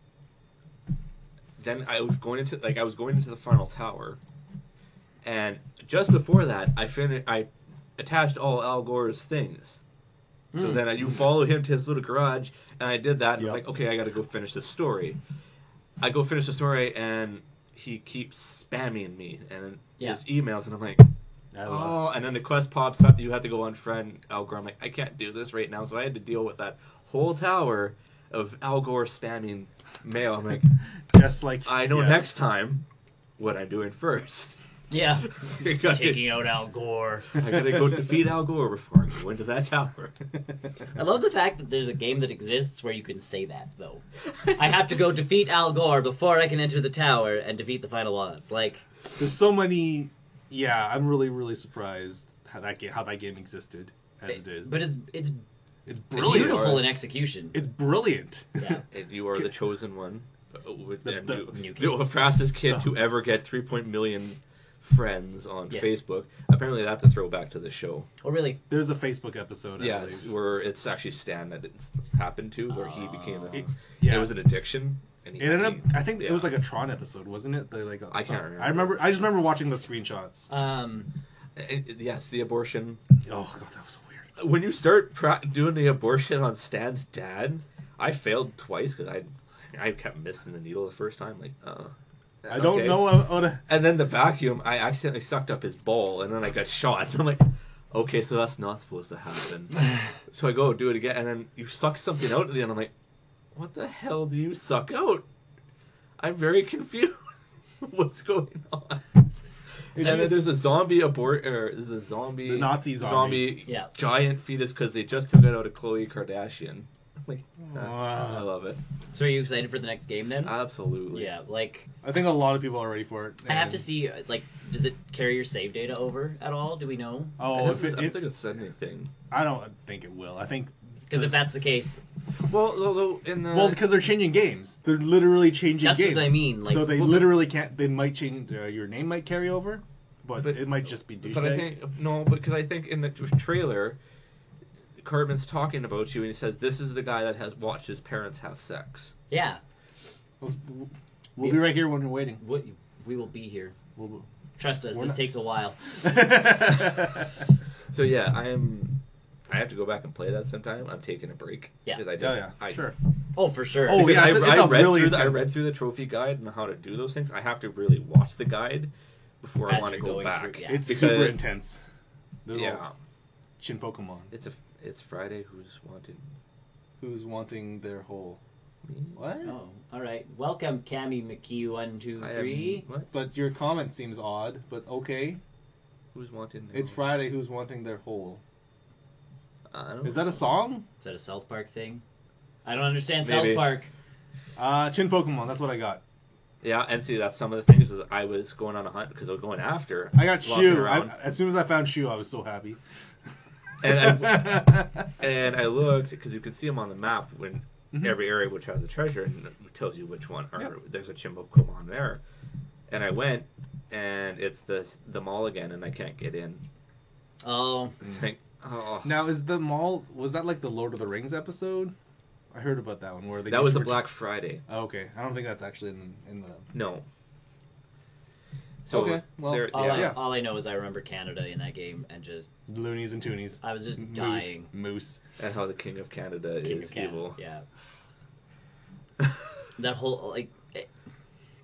Speaker 3: Then I was going into like I was going into the final tower, and just before that, I finished. I attached all Al Gore's things. So then I, you follow him to his little garage, and I did that. And I was
Speaker 2: Yep.
Speaker 3: like, okay, I got to go finish this story. I go finish the story, and he keeps spamming me and
Speaker 1: Yeah.
Speaker 3: his emails, and I'm like,
Speaker 2: I love-
Speaker 3: Oh, and then the quest pops up. You have to go unfriend Al Gore. I'm like, I can't do this right now, so I had to deal with that whole tower of Al Gore spamming mail. I'm like,
Speaker 2: Just like
Speaker 3: I know
Speaker 2: yes.
Speaker 3: next time what I'm doing first. (laughs)
Speaker 1: Yeah.
Speaker 3: I gotta,
Speaker 1: Taking out Al Gore.
Speaker 3: (laughs) I gotta go defeat Al Gore before I go into that tower.
Speaker 1: I love the fact that there's a game that exists where you can say that (laughs) though. I have to go defeat Al Gore before I can enter the tower and defeat the final boss. Like,
Speaker 2: There's so many. Yeah, I'm really really surprised how that game how that game existed as it is.
Speaker 1: but it's it's
Speaker 2: it's brilliant.
Speaker 1: beautiful
Speaker 3: Or-
Speaker 1: in execution.
Speaker 2: It's brilliant.
Speaker 1: Yeah.
Speaker 3: (laughs) And you are the chosen one. uh, With
Speaker 2: The-
Speaker 3: and
Speaker 2: the-
Speaker 3: you,
Speaker 1: New
Speaker 3: the, fastest
Speaker 2: (laughs)
Speaker 3: kid to ever get 3.0 million friends on
Speaker 1: Yeah.
Speaker 3: Facebook. Apparently, that's a throwback to the show.
Speaker 1: Oh really?
Speaker 2: (laughs) There's a Facebook episode.
Speaker 3: Yeah,
Speaker 2: I
Speaker 3: it's
Speaker 2: believe.
Speaker 3: where it's actually Stan that it happened to, where he became a.
Speaker 2: It,
Speaker 3: It,
Speaker 2: yeah.
Speaker 3: was an addiction, and he.
Speaker 2: It ended up.
Speaker 3: he-
Speaker 2: I think it
Speaker 3: yeah.
Speaker 2: was like a Tron episode, wasn't it? They like. got
Speaker 3: I can't
Speaker 2: sucked-
Speaker 3: remember.
Speaker 2: I remember. I just remember watching the screenshots.
Speaker 1: Um
Speaker 3: eh, It- it- yes, the abortion.
Speaker 2: Oh god, that was so weird.
Speaker 3: When you start pra- doing the abortion on Stan's dad, I failed twice because I, I kept missing the needle the first time. Like, uh.
Speaker 2: I don't
Speaker 3: okay.
Speaker 2: know how
Speaker 3: (laughs)
Speaker 2: to.
Speaker 3: And then the vacuum, I accidentally sucked up his ball, and then I got shot. (laughs) I'm like, okay, so that's not supposed to
Speaker 2: (laughs)
Speaker 3: happen. so I go do it again, and then you suck something out at the end. I'm like, what the hell do you suck out? I'm very confused. (laughs) What's going on? And then there's a zombie abort, or there's a zombie,
Speaker 2: The Nazi zombie.
Speaker 1: Yeah.
Speaker 3: giant fetus because they just took it out of Khloe Kardashian. (laughs) I'm like,
Speaker 2: Wow.
Speaker 3: I love it,
Speaker 1: so are you excited for the next game then?
Speaker 3: absolutely.
Speaker 1: yeah, like
Speaker 2: I think a lot of people are ready for it.
Speaker 1: I have to
Speaker 2: and-
Speaker 1: see like does it carry your save data over at all? Do we know?
Speaker 3: I
Speaker 2: Oh,
Speaker 3: don't
Speaker 2: if it,
Speaker 3: think
Speaker 2: it,
Speaker 3: it's said anything.
Speaker 2: I don't think it will. I think
Speaker 1: Because if that's the case,
Speaker 3: Well, although in the
Speaker 2: well because they're changing games. They're literally changing
Speaker 1: That's what
Speaker 2: games.
Speaker 1: I mean, like-
Speaker 2: so they
Speaker 3: Well, but-
Speaker 2: literally can't. They might change. Uh, your name might carry over, but,
Speaker 3: But-
Speaker 2: it might just be douchebag.
Speaker 3: But I think no, because I think in the t- trailer, Cartman's talking about you, and he says, "This is the guy that has watched his parents have sex."
Speaker 1: yeah,
Speaker 2: Let's- We'll be right here when you're waiting.
Speaker 1: what, we will be here.
Speaker 2: We'll be-
Speaker 1: Trust us,
Speaker 2: We're
Speaker 1: this
Speaker 2: not-
Speaker 1: takes a while.
Speaker 3: So yeah, I am. I have to go back and play that sometime. I'm taking a break.
Speaker 1: Yeah.
Speaker 3: 'cause
Speaker 2: (laughs)
Speaker 3: I
Speaker 2: Oh
Speaker 3: just,
Speaker 2: yeah,
Speaker 3: I,
Speaker 2: sure.
Speaker 1: Oh, for sure.
Speaker 2: Oh,
Speaker 3: because
Speaker 2: yeah,
Speaker 3: I,
Speaker 2: it's-
Speaker 3: I
Speaker 2: it's a
Speaker 3: read
Speaker 2: really
Speaker 3: through the, I
Speaker 2: intense-
Speaker 3: read through the trophy guide and how to do those things. I have to really watch the guide before I
Speaker 1: As
Speaker 3: want to
Speaker 1: you're
Speaker 3: go
Speaker 1: going
Speaker 3: back.
Speaker 1: through, yeah.
Speaker 2: It's
Speaker 3: Because-
Speaker 2: super intense. There's
Speaker 3: Yeah,
Speaker 2: yeah. Shin Pokemon.
Speaker 3: it's a it's Friday. Who's wanted
Speaker 2: Who's wanting their whole
Speaker 3: me?
Speaker 2: what?
Speaker 1: (laughs) Oh, all right. Welcome, Cammy McKee. One, two,
Speaker 3: I am-
Speaker 1: three.
Speaker 3: what?
Speaker 2: But your comment seems odd. But okay,
Speaker 3: Who's wanted? now?
Speaker 2: it's Friday. Who's wanting their whole?
Speaker 3: I don't
Speaker 2: Is that a song?
Speaker 1: Is that a South Park thing? I don't understand
Speaker 3: Maybe.
Speaker 1: South Park.
Speaker 2: Uh, Chin Pokemon. That's what I got.
Speaker 3: Yeah, and see, that's some of the things is I was going on a hunt because I was going after.
Speaker 2: I got
Speaker 3: walking
Speaker 2: Shu. I,
Speaker 3: around.
Speaker 2: as soon as I found Shu, I was so happy.
Speaker 3: and, I, and I looked because you can see them on the map when every area which has a treasure and it tells you which one. Or
Speaker 2: Mm-hmm. Yeah.
Speaker 3: there's a Chimbokumon there, and I went, and it's the the mall again, and I can't get in.
Speaker 2: Mm.
Speaker 1: Oh,
Speaker 3: It's like oh,
Speaker 2: (laughs) now, is the mall? Was that like the Lord of the Rings episode? I heard about that one where they
Speaker 3: that was the
Speaker 2: were-
Speaker 3: Black Friday.
Speaker 2: Oh, okay, I don't think that's actually in, in the.
Speaker 3: No. So
Speaker 2: Okay, well,
Speaker 3: there-
Speaker 1: all, I,
Speaker 3: yeah.
Speaker 2: Yeah.
Speaker 1: all I know is I remember Canada in that game, and just
Speaker 2: Loonies and Toonies.
Speaker 1: I was just
Speaker 2: Moose.
Speaker 1: dying.
Speaker 2: Moose.
Speaker 3: and how the King of Canada
Speaker 1: King
Speaker 3: is
Speaker 1: of Canada.
Speaker 3: evil. (laughs)
Speaker 1: Yeah. that whole like, it,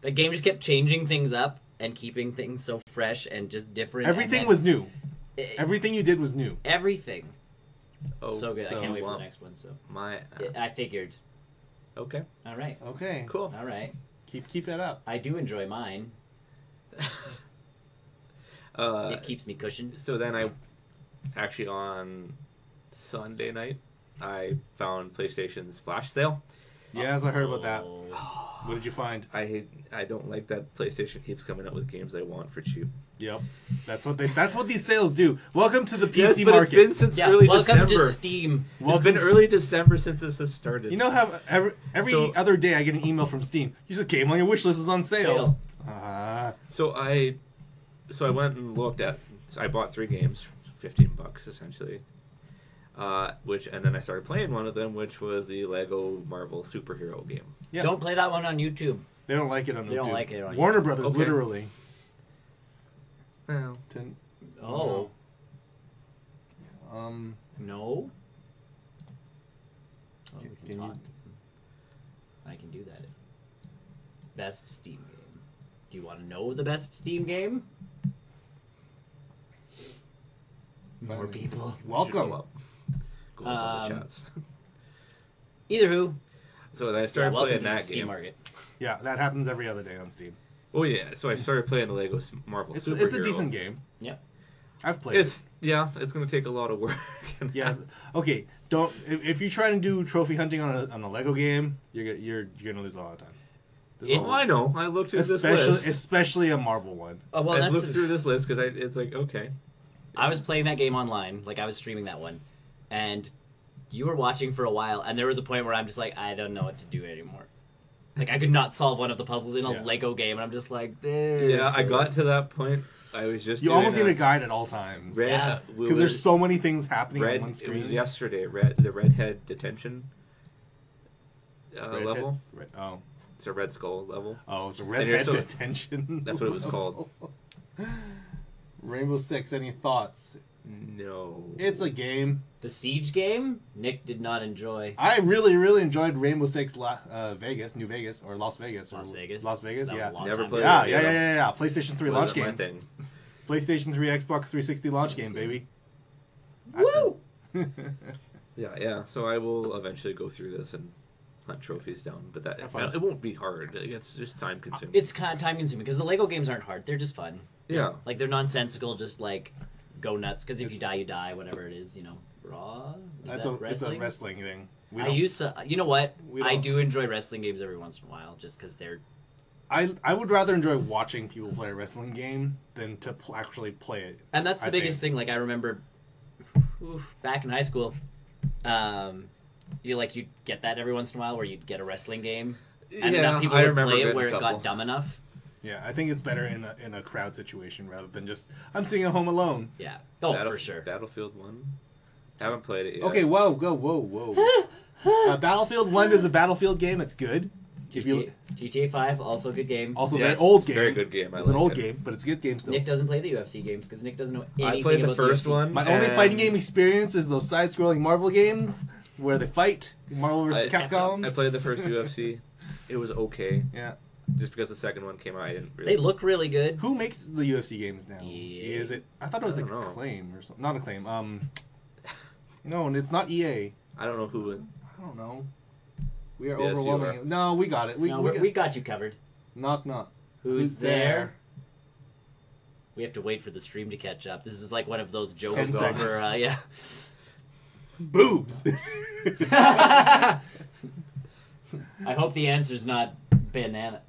Speaker 1: that game just kept changing things up and keeping things so fresh and just different. and
Speaker 2: Everything
Speaker 1: then-
Speaker 2: was new.
Speaker 1: it-
Speaker 2: Everything you did was new.
Speaker 1: everything.
Speaker 3: Oh,
Speaker 1: so good.
Speaker 2: so
Speaker 1: I can't wait for
Speaker 3: wow.
Speaker 1: the next one. So
Speaker 3: My
Speaker 1: I figured.
Speaker 3: okay,
Speaker 1: All right.
Speaker 2: Okay.
Speaker 3: cool.
Speaker 1: All right.
Speaker 2: Keep keep that up.
Speaker 1: I do enjoy mine.
Speaker 3: Uh,
Speaker 1: it keeps me cushioned.
Speaker 3: so then I actually on Sunday night I found PlayStation's flash sale.
Speaker 2: Yes, I heard about that.
Speaker 1: Oh,
Speaker 2: What did you find?
Speaker 3: I hate, I don't like that PlayStation keeps coming up with games I want for cheap.
Speaker 2: Yep, that's what they. That's what these sales do. Welcome to the PC
Speaker 3: (laughs) yes, but
Speaker 2: market.
Speaker 3: it's been since
Speaker 1: Yeah,
Speaker 3: early
Speaker 1: welcome
Speaker 3: December.
Speaker 1: to Steam.
Speaker 2: Welcome-
Speaker 3: It's been early December since this has started.
Speaker 2: You know how every, every
Speaker 3: So-
Speaker 2: other day I get an email from Steam. You just came on your wish list is on sale. Ah,
Speaker 3: So I, so I went and looked at. So I bought three games, fifteen bucks essentially. Uh, which and then I started playing one of them, which was the Lego Marvel superhero game.
Speaker 2: Yeah.
Speaker 1: Don't play that one on YouTube.
Speaker 2: they don't like it on
Speaker 1: They don't
Speaker 2: YouTube.
Speaker 1: like it on
Speaker 2: Warner
Speaker 1: YouTube.
Speaker 2: Brothers
Speaker 3: Okay.
Speaker 2: literally.
Speaker 3: Well,
Speaker 2: Didn't,
Speaker 1: Oh
Speaker 2: um,
Speaker 1: no. Oh,
Speaker 2: Can-
Speaker 1: we can
Speaker 2: can you-
Speaker 1: talk. I can do that. Best Steam game. Do you want to know the best Steam game? More
Speaker 2: Finally.
Speaker 1: people.
Speaker 2: welcome.
Speaker 3: Go up, go up on the
Speaker 1: Um,
Speaker 3: chats.
Speaker 1: Either who.
Speaker 3: So then I started
Speaker 1: welcome
Speaker 3: playing
Speaker 1: to the
Speaker 3: that
Speaker 1: Steam
Speaker 3: game.
Speaker 1: market.
Speaker 2: Yeah, that happens every other day on Steam.
Speaker 3: Oh yeah, so I started playing the Lego s- Marvel
Speaker 2: It's
Speaker 3: superhero.
Speaker 2: it's a decent game.
Speaker 1: Yep.
Speaker 2: I've played. it.
Speaker 3: It's yeah, it's gonna take a lot of work. (laughs)
Speaker 2: Yeah. Okay. Don't if, if you try to do trophy hunting on a, on a Lego game, you're gonna- you're you're gonna lose a lot of time. There's
Speaker 1: It's-
Speaker 2: a
Speaker 3: Well,
Speaker 2: lot-
Speaker 3: I know. I looked at this
Speaker 2: especially
Speaker 3: list.
Speaker 2: especially a Marvel one.
Speaker 1: Oh well,
Speaker 3: I
Speaker 1: that's
Speaker 3: looked through this list because it's like okay,
Speaker 1: I was playing that game online, like I was streaming that one, and you were watching for a while, and there was a point where I'm just like, I don't know what to do anymore. Like I could not solve one of the puzzles in a
Speaker 2: Yeah.
Speaker 1: Lego game, and I'm just like, this.
Speaker 3: yeah. I
Speaker 1: is-
Speaker 3: got to that point. I was just
Speaker 2: You
Speaker 3: doing
Speaker 2: almost need
Speaker 3: a-
Speaker 2: a guide at all times
Speaker 3: Red,
Speaker 1: Yeah.
Speaker 3: we
Speaker 2: because
Speaker 3: were-
Speaker 2: there's so many things happening
Speaker 3: red.
Speaker 2: on one
Speaker 3: It was
Speaker 2: screen.
Speaker 3: yesterday. Red, the redhead detention uh,
Speaker 2: Redhead-
Speaker 3: level.
Speaker 2: Red, oh,
Speaker 3: It's a red skull level.
Speaker 2: oh, it's a
Speaker 3: you're
Speaker 2: redhead
Speaker 3: so-
Speaker 2: detention.
Speaker 3: That's what
Speaker 2: (laughs)
Speaker 3: it was called.
Speaker 2: Rainbow Six. Any thoughts?
Speaker 3: No,
Speaker 2: It's a game.
Speaker 1: the siege game. Nick did not enjoy.
Speaker 2: I really, really enjoyed Rainbow Six La- uh, Vegas, New Vegas, or Las Vegas, or
Speaker 1: Las Vegas.
Speaker 2: Las Vegas.
Speaker 1: That was
Speaker 2: yeah,
Speaker 1: a long
Speaker 3: Never
Speaker 1: time
Speaker 3: played
Speaker 1: ago.
Speaker 2: yeah, yeah, yeah, yeah, yeah. PlayStation 3 launch
Speaker 3: Wasn't my
Speaker 2: game.
Speaker 3: thing.
Speaker 2: PlayStation 3, Xbox 360 launch game, baby. (laughs)
Speaker 1: Woo!
Speaker 3: Yeah, yeah. So I will eventually go through this and hunt trophies down, but that
Speaker 2: Have fun.
Speaker 3: it won't be hard. It's just time consuming.
Speaker 1: Uh, It's kind of time consuming because the Lego games aren't hard; they're just fun.
Speaker 3: yeah.
Speaker 1: Like they're nonsensical, just like go nuts. Because if
Speaker 2: It's-
Speaker 1: you die, you die. Whatever it is, you know. Raw. Is
Speaker 2: That's
Speaker 1: that
Speaker 2: a it's a wrestling thing. We
Speaker 1: I
Speaker 2: don't-
Speaker 1: used to. You know what?
Speaker 2: we
Speaker 1: I
Speaker 2: don't-
Speaker 1: do enjoy wrestling games every once in a while, just because they're
Speaker 2: I I would rather enjoy watching people play a wrestling game than to pl- actually play it.
Speaker 1: And that's the
Speaker 2: I
Speaker 1: biggest thing. Like I remember, oof, back in high school, um, you like you'd get that every once in a while where you'd get a wrestling game, and enough people would play it
Speaker 3: getting
Speaker 1: where
Speaker 3: a
Speaker 1: it
Speaker 3: couple.
Speaker 1: got dumb enough.
Speaker 2: Yeah, I think it's better in a, in a crowd situation rather than just I'm sitting at home alone.
Speaker 1: Yeah. Oh,
Speaker 3: Battle-
Speaker 1: for sure.
Speaker 3: Battlefield One. Haven't played it yet.
Speaker 2: Okay, whoa, go, whoa,
Speaker 1: (laughs)
Speaker 2: whoa. uh, Battlefield One is a Battlefield game. It's good. If you
Speaker 1: GTA, GTA Five also a good game.
Speaker 2: also
Speaker 3: Yes,
Speaker 2: very old game.
Speaker 3: very good game. I
Speaker 2: It's an
Speaker 3: like
Speaker 2: old
Speaker 3: it.
Speaker 2: game, but it's a good game still.
Speaker 1: Nick doesn't play the UFC games because Nick doesn't know anything.
Speaker 3: I played the
Speaker 1: about
Speaker 3: first
Speaker 1: UFC.
Speaker 3: one.
Speaker 2: My only
Speaker 3: and
Speaker 2: fighting game experience is those side-scrolling Marvel games where they fight Marvel vs.
Speaker 3: I-
Speaker 2: Capcom.
Speaker 3: I played
Speaker 2: (laughs)
Speaker 3: the first UFC. It was okay.
Speaker 2: Yeah.
Speaker 3: Just because the second one came out, I didn't really.
Speaker 1: They look really good.
Speaker 2: Who makes the UFC games now?
Speaker 1: EA.
Speaker 2: Is it? I thought it was
Speaker 3: I
Speaker 2: like
Speaker 3: don't know.
Speaker 2: Acclaim or something. Not Acclaim. Um, no, and it's not EA.
Speaker 3: (laughs) I don't know who.
Speaker 2: (laughs)
Speaker 3: would-
Speaker 2: I don't know. We are
Speaker 3: Yes, you
Speaker 2: overwhelming.
Speaker 3: are.
Speaker 2: it. No, we got it. We,
Speaker 1: no,
Speaker 2: we
Speaker 1: we,
Speaker 2: got,
Speaker 1: we got you covered.
Speaker 2: knock knock.
Speaker 1: Who's,
Speaker 2: Who's
Speaker 1: there?
Speaker 2: there?
Speaker 1: We have to wait for the stream to catch up. This is like one of those jokes
Speaker 2: Ten
Speaker 1: over.
Speaker 2: seconds.
Speaker 1: Uh, yeah.
Speaker 2: Boobs. (laughs)
Speaker 1: I hope the answer's not banana.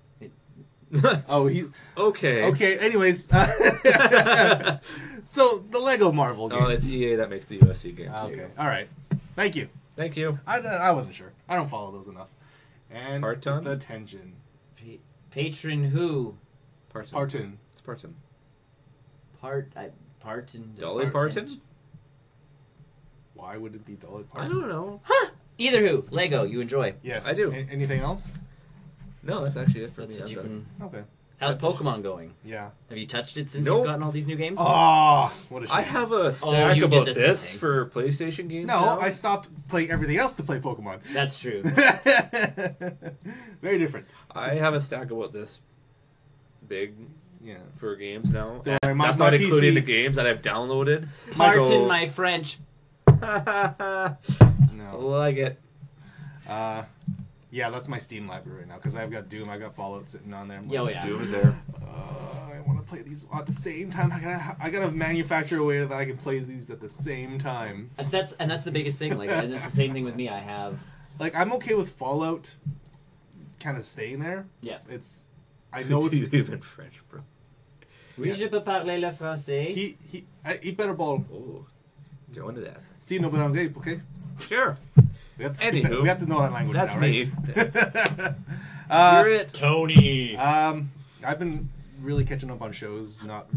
Speaker 2: oh, he.
Speaker 3: okay.
Speaker 2: Okay.
Speaker 3: (laughs)
Speaker 2: Anyways, (laughs) uh, so the Lego Marvel game.
Speaker 3: oh, it's EA that makes the UFC games.
Speaker 2: Ah, okay. All right. Thank you.
Speaker 3: Thank you.
Speaker 2: I, I wasn't sure. I don't follow those enough. And
Speaker 3: Parton?
Speaker 2: the tension.
Speaker 1: Pa- patron who?
Speaker 3: Parton.
Speaker 2: Parton.
Speaker 3: It's Parton.
Speaker 1: Part I Parton.
Speaker 3: Dolly Parton?
Speaker 2: Why would it be Dolly
Speaker 3: I
Speaker 2: Parton?
Speaker 3: don't know.
Speaker 1: Either who? Lego. You enjoy.
Speaker 2: Yes.
Speaker 3: I do.
Speaker 2: A- anything else?
Speaker 3: No, that's actually it for
Speaker 1: That's
Speaker 3: me.
Speaker 1: what
Speaker 3: I'm
Speaker 1: you
Speaker 3: done.
Speaker 1: can.
Speaker 2: Okay.
Speaker 1: How's Pokemon going?
Speaker 3: (laughs)
Speaker 2: Yeah.
Speaker 1: Have you touched it since
Speaker 3: Nope.
Speaker 1: you've gotten all these new games?
Speaker 2: Oh, what a shame.
Speaker 3: I have a stack
Speaker 1: you did
Speaker 3: about
Speaker 1: the
Speaker 3: this
Speaker 1: thing.
Speaker 3: for PlayStation games.
Speaker 2: No,
Speaker 3: now.
Speaker 2: I stopped playing everything else to play Pokemon. (laughs)
Speaker 1: That's true.
Speaker 2: Very different.
Speaker 3: I have a stack about this big
Speaker 2: Yeah.
Speaker 3: for games now.
Speaker 2: Don't worry,
Speaker 3: And
Speaker 2: mine's
Speaker 3: that's not
Speaker 2: not
Speaker 3: including
Speaker 2: PC.
Speaker 3: the games that I've downloaded.
Speaker 1: Parton,
Speaker 3: So-
Speaker 1: my French.
Speaker 2: No.
Speaker 3: (laughs) like it.
Speaker 2: Uh, yeah, that's my Steam library right now because I've got Doom, I've got Fallout sitting on there. I'm
Speaker 1: Yeah, oh
Speaker 2: like,
Speaker 1: yeah.
Speaker 3: Doom's there.
Speaker 2: I want to play these at the same time. I gotta, I gotta manufacture a way that I can play these at the same time.
Speaker 1: And that's and that's the biggest thing. Like, and it's the same thing with me. I have
Speaker 2: Like I'm okay with Fallout, kind of staying there.
Speaker 1: yeah.
Speaker 2: It's, I know
Speaker 3: (laughs)
Speaker 2: it's
Speaker 3: you even French, bro.
Speaker 1: Oui, je peux parler le français.
Speaker 2: he he. I eat better ball.
Speaker 3: Oh, go into that.
Speaker 2: See no, but I'm gay. Okay,
Speaker 3: Sure,
Speaker 2: we have to speak
Speaker 3: Anywho,
Speaker 2: that, we have to know that language.
Speaker 3: that's
Speaker 2: now,
Speaker 3: me.
Speaker 2: Right? (laughs) uh,
Speaker 3: You're it.
Speaker 1: Tony.
Speaker 2: Um, I've been really catching up on shows, not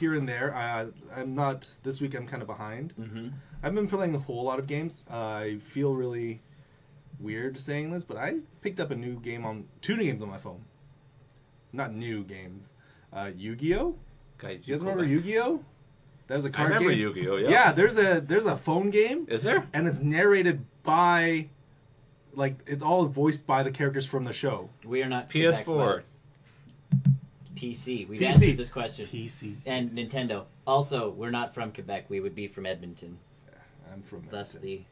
Speaker 2: here and there. Uh, I'm not this week. I'm kind of behind.
Speaker 3: Mm-hmm.
Speaker 1: hmm
Speaker 2: I've been playing a whole lot of games. I feel really weird saying this, but I picked up a new game on two new games on my phone. Not new games. Uh, Yu-Gi-Oh.
Speaker 3: Guys,
Speaker 2: You guys
Speaker 3: go
Speaker 2: remember
Speaker 3: back.
Speaker 2: Yu-Gi-Oh? That was a
Speaker 3: I
Speaker 2: card
Speaker 3: remember
Speaker 2: game.
Speaker 3: Yu-Gi-Oh. Yeah.
Speaker 2: Yeah, there's a there's a phone game
Speaker 3: Is there?
Speaker 2: and it's narrated by like it's all voiced by the characters from the show.
Speaker 1: We are not
Speaker 3: PS4.
Speaker 1: Quebec, but PC. We've
Speaker 2: PC.
Speaker 1: answered this question.
Speaker 2: PC.
Speaker 1: And Nintendo. Also, we're not from Quebec. We would be from Edmonton.
Speaker 2: I'm from
Speaker 1: Thus
Speaker 2: Edmonton.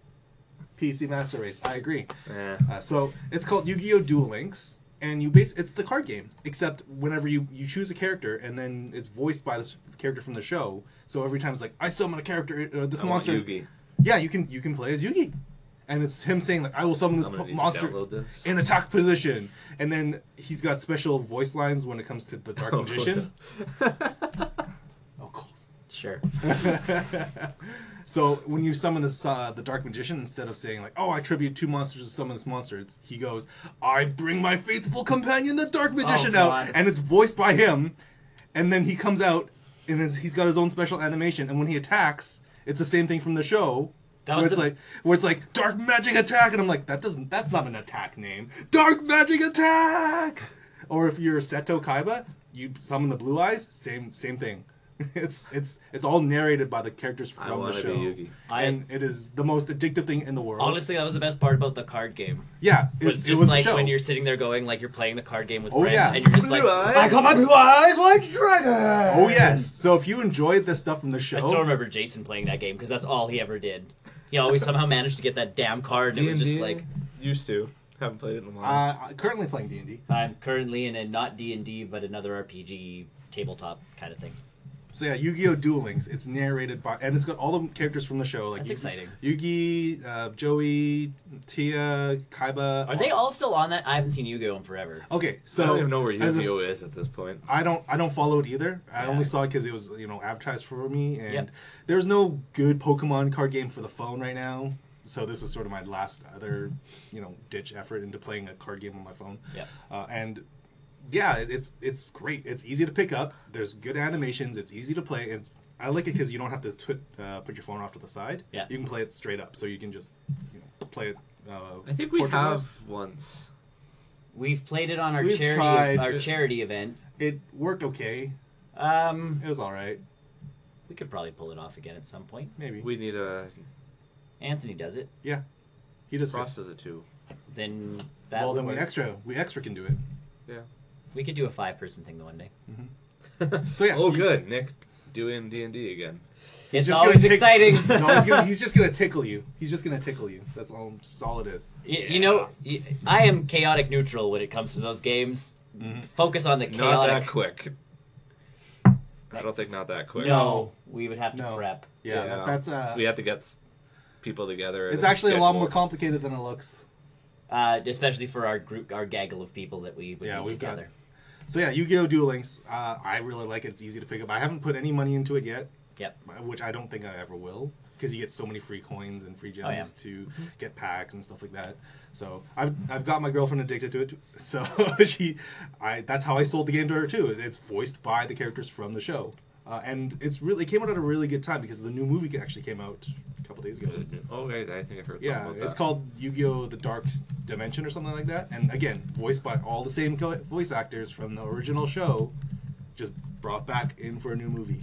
Speaker 1: the
Speaker 2: PC Master Race. I agree.
Speaker 3: Eh.
Speaker 2: Uh, so it's called Yu-Gi-Oh! Duel Links, and you base it's the card game. Except whenever you you choose a character, and then it's voiced by this character from the show. So every time it's like, I summon a character, uh, this
Speaker 3: I want
Speaker 2: monster.
Speaker 3: Yugi.
Speaker 2: Yeah, you can you can play as Yugi, and it's him saying like, I will summon this
Speaker 3: I'm gonna need to
Speaker 2: monster
Speaker 3: download this. (laughs)
Speaker 2: in attack position, and then he's got special voice lines when it comes to the Dark
Speaker 3: (laughs) Oh,
Speaker 2: Magician. Oh, close.
Speaker 1: sure.
Speaker 2: so when you summon this, uh, the Dark Magician, instead of saying like, "Oh, I tribute two monsters to summon this monster," it's, he goes, "I bring my faithful companion, the Dark Magician, out,"
Speaker 1: Oh, God.
Speaker 2: and it's voiced by him. And then he comes out, and his, he's got his own special animation. And when he attacks, it's the same thing from the show.
Speaker 1: That
Speaker 2: where
Speaker 1: was
Speaker 2: it's
Speaker 1: the-
Speaker 2: like where it's like dark magic attack and I'm like that doesn't that's not an attack name dark magic attack or if you're Seto Kaiba you summon the blue eyes same same thing (laughs) it's it's it's all narrated by the characters
Speaker 3: I
Speaker 2: from the
Speaker 3: want to be
Speaker 2: show
Speaker 3: Yugi.
Speaker 1: I-
Speaker 2: and it is the most addictive thing in the world
Speaker 1: Honestly, that was the best part about the card game.
Speaker 2: yeah it's,
Speaker 1: Was
Speaker 2: it
Speaker 1: just
Speaker 2: was the
Speaker 1: like
Speaker 2: show.
Speaker 1: when you're sitting there going like you're playing the card game with
Speaker 2: Oh,
Speaker 1: friends,
Speaker 2: yeah.
Speaker 1: and you're just like,
Speaker 3: Blue eyes.
Speaker 1: I got my blue eyes like dragon.
Speaker 2: oh yes so if you enjoyed this stuff from the show
Speaker 1: I still remember Jason playing that game because that's all he ever did. He
Speaker 2: (laughs)
Speaker 1: always somehow managed to get that damn card, and it was just
Speaker 3: D&D?
Speaker 1: like,
Speaker 3: used to. Haven't played it in a while.
Speaker 2: uh, I'm currently playing D&D
Speaker 1: I'm currently in a not D and D but another RPG tabletop kind of thing.
Speaker 2: So yeah, Yu-Gi-Oh! Duel Links. It's narrated by, and it's got all the characters from the show. Like
Speaker 1: That's
Speaker 2: Yu-
Speaker 1: exciting.
Speaker 2: Yugi, uh, Joey, Tia, Kaiba.
Speaker 1: Are they all still on that? I haven't seen Yu-Gi-Oh in forever.
Speaker 2: Okay, so
Speaker 3: I don't even know where
Speaker 2: as a-
Speaker 3: Yu-Gi-Oh is at this point.
Speaker 2: I don't. I don't follow it either. I
Speaker 1: Yeah.
Speaker 2: only saw it because it was you know advertised for me, and
Speaker 1: Yep.
Speaker 2: there's no good Pokemon card game for the phone right now. So this was sort of my last other you know ditch effort into playing a card game on my phone.
Speaker 1: Yep.
Speaker 2: Uh, and yeah, it- it's it's great. It's easy to pick up. There's good animations. It's easy to play. And it's- I like it because you don't have to twi- uh, put your phone off to the side.
Speaker 1: Yeah.
Speaker 2: You can play it straight up, so you can just you know play it. Uh,
Speaker 3: I think we
Speaker 2: portrait-wise.
Speaker 3: have once.
Speaker 1: We've played it on our
Speaker 2: We've
Speaker 1: charity
Speaker 2: tried.
Speaker 1: our charity event.
Speaker 2: It worked okay.
Speaker 1: Um,
Speaker 2: It was all right.
Speaker 1: we could probably pull it off again at some point.
Speaker 2: Maybe.
Speaker 3: We need a.
Speaker 1: Anthony does it,
Speaker 2: yeah. He just
Speaker 3: Frost does it too.
Speaker 1: then that
Speaker 2: well,
Speaker 1: would
Speaker 2: then we
Speaker 1: work.
Speaker 2: extra we extra can do it.
Speaker 3: Yeah.
Speaker 1: We could do a five-person thing the one day.
Speaker 2: (laughs) So yeah,
Speaker 3: oh,
Speaker 2: he-
Speaker 3: good. Nick doing D and D again.
Speaker 1: it's
Speaker 2: just gonna
Speaker 1: always
Speaker 2: tick-
Speaker 1: exciting.
Speaker 2: (laughs) No, he's, gonna, he's just gonna tickle you. He's just gonna tickle you. That's all. That's all it is.
Speaker 1: Y- You know, y- I am chaotic neutral when it comes to those games.
Speaker 2: Mm-hmm.
Speaker 1: Focus on the
Speaker 3: Not
Speaker 1: chaotic.
Speaker 3: that quick. I don't think not that quick.
Speaker 1: No, we would have to
Speaker 2: No.
Speaker 1: prep.
Speaker 2: Yeah,
Speaker 3: Yeah.
Speaker 2: That, that's uh.
Speaker 3: We have to get s- people together. and
Speaker 2: it's actually a lot
Speaker 3: scheduled.
Speaker 2: more complicated than it looks.
Speaker 1: Uh, especially for our group, our gaggle of people that we would
Speaker 2: Yeah,
Speaker 1: meet
Speaker 2: we've got-
Speaker 1: together.
Speaker 2: So yeah, Yu-Gi-Oh! Duel Links. Uh, I really like it. It's easy to pick up. I haven't put any money into it yet,
Speaker 1: Yep.
Speaker 2: which I don't think I ever will, because you get so many free coins and free gems
Speaker 1: yeah.
Speaker 2: to get packs and stuff like that. So I've, I've got my girlfriend addicted to it. (laughs) too. So she, I that's how I sold the game to her too. It's voiced by the characters from the show, uh, and it's really it came out at a really good time because the new movie actually came out a couple days ago.
Speaker 3: Oh, wait, I think I've heard
Speaker 2: Yeah,
Speaker 3: something about
Speaker 2: it's
Speaker 3: that.
Speaker 2: called Yu-Gi-Oh! The Dark Dimension or something like that. And again, voiced by all the same co- voice actors from the original show, just brought back in for a new movie.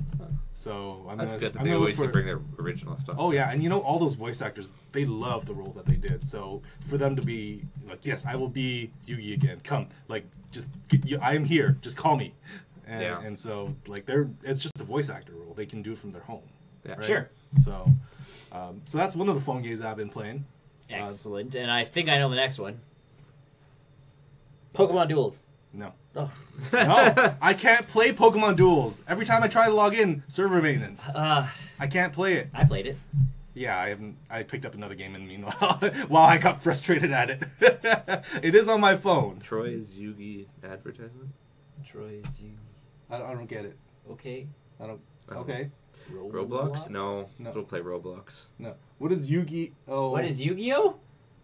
Speaker 2: So I'm
Speaker 3: That's
Speaker 2: gonna,
Speaker 3: good. That
Speaker 2: I'm
Speaker 3: they
Speaker 2: gonna look
Speaker 3: always
Speaker 2: for.
Speaker 3: can bring their original stuff.
Speaker 2: oh yeah, and you know all those voice actors, they love the role that they did. So for them to be like, yes, I will be Yu-Gi again. Come, like, just get you, I am here. Just call me. And,
Speaker 3: Yeah.
Speaker 2: and so like they're it's just a voice actor role. They can do it from their home.
Speaker 3: Yeah.
Speaker 2: Right?
Speaker 1: Sure.
Speaker 2: So, um, so that's one of the phone games I've been playing. Uh,
Speaker 1: Excellent. and I think I know the next one. Pokemon Duels.
Speaker 2: no,
Speaker 1: Oh,
Speaker 2: No, I can't play Pokemon Duels. Every time I try to log in, server maintenance.
Speaker 1: uh,
Speaker 2: I can't play it.
Speaker 1: I played it.
Speaker 2: Yeah, I haven't. I picked up another game in the meanwhile (laughs) while I got frustrated at it. (laughs) it is on my phone.
Speaker 3: Troy's Yugi advertisement.
Speaker 1: Troy, you
Speaker 2: I don't, I don't get it.
Speaker 1: okay?
Speaker 2: I don't.
Speaker 3: I don't-
Speaker 2: Okay,
Speaker 3: Roblox? No,
Speaker 2: No.
Speaker 3: don't play Roblox.
Speaker 2: no. What is Yugi? Oh,
Speaker 1: What is Yu-Gi-Oh?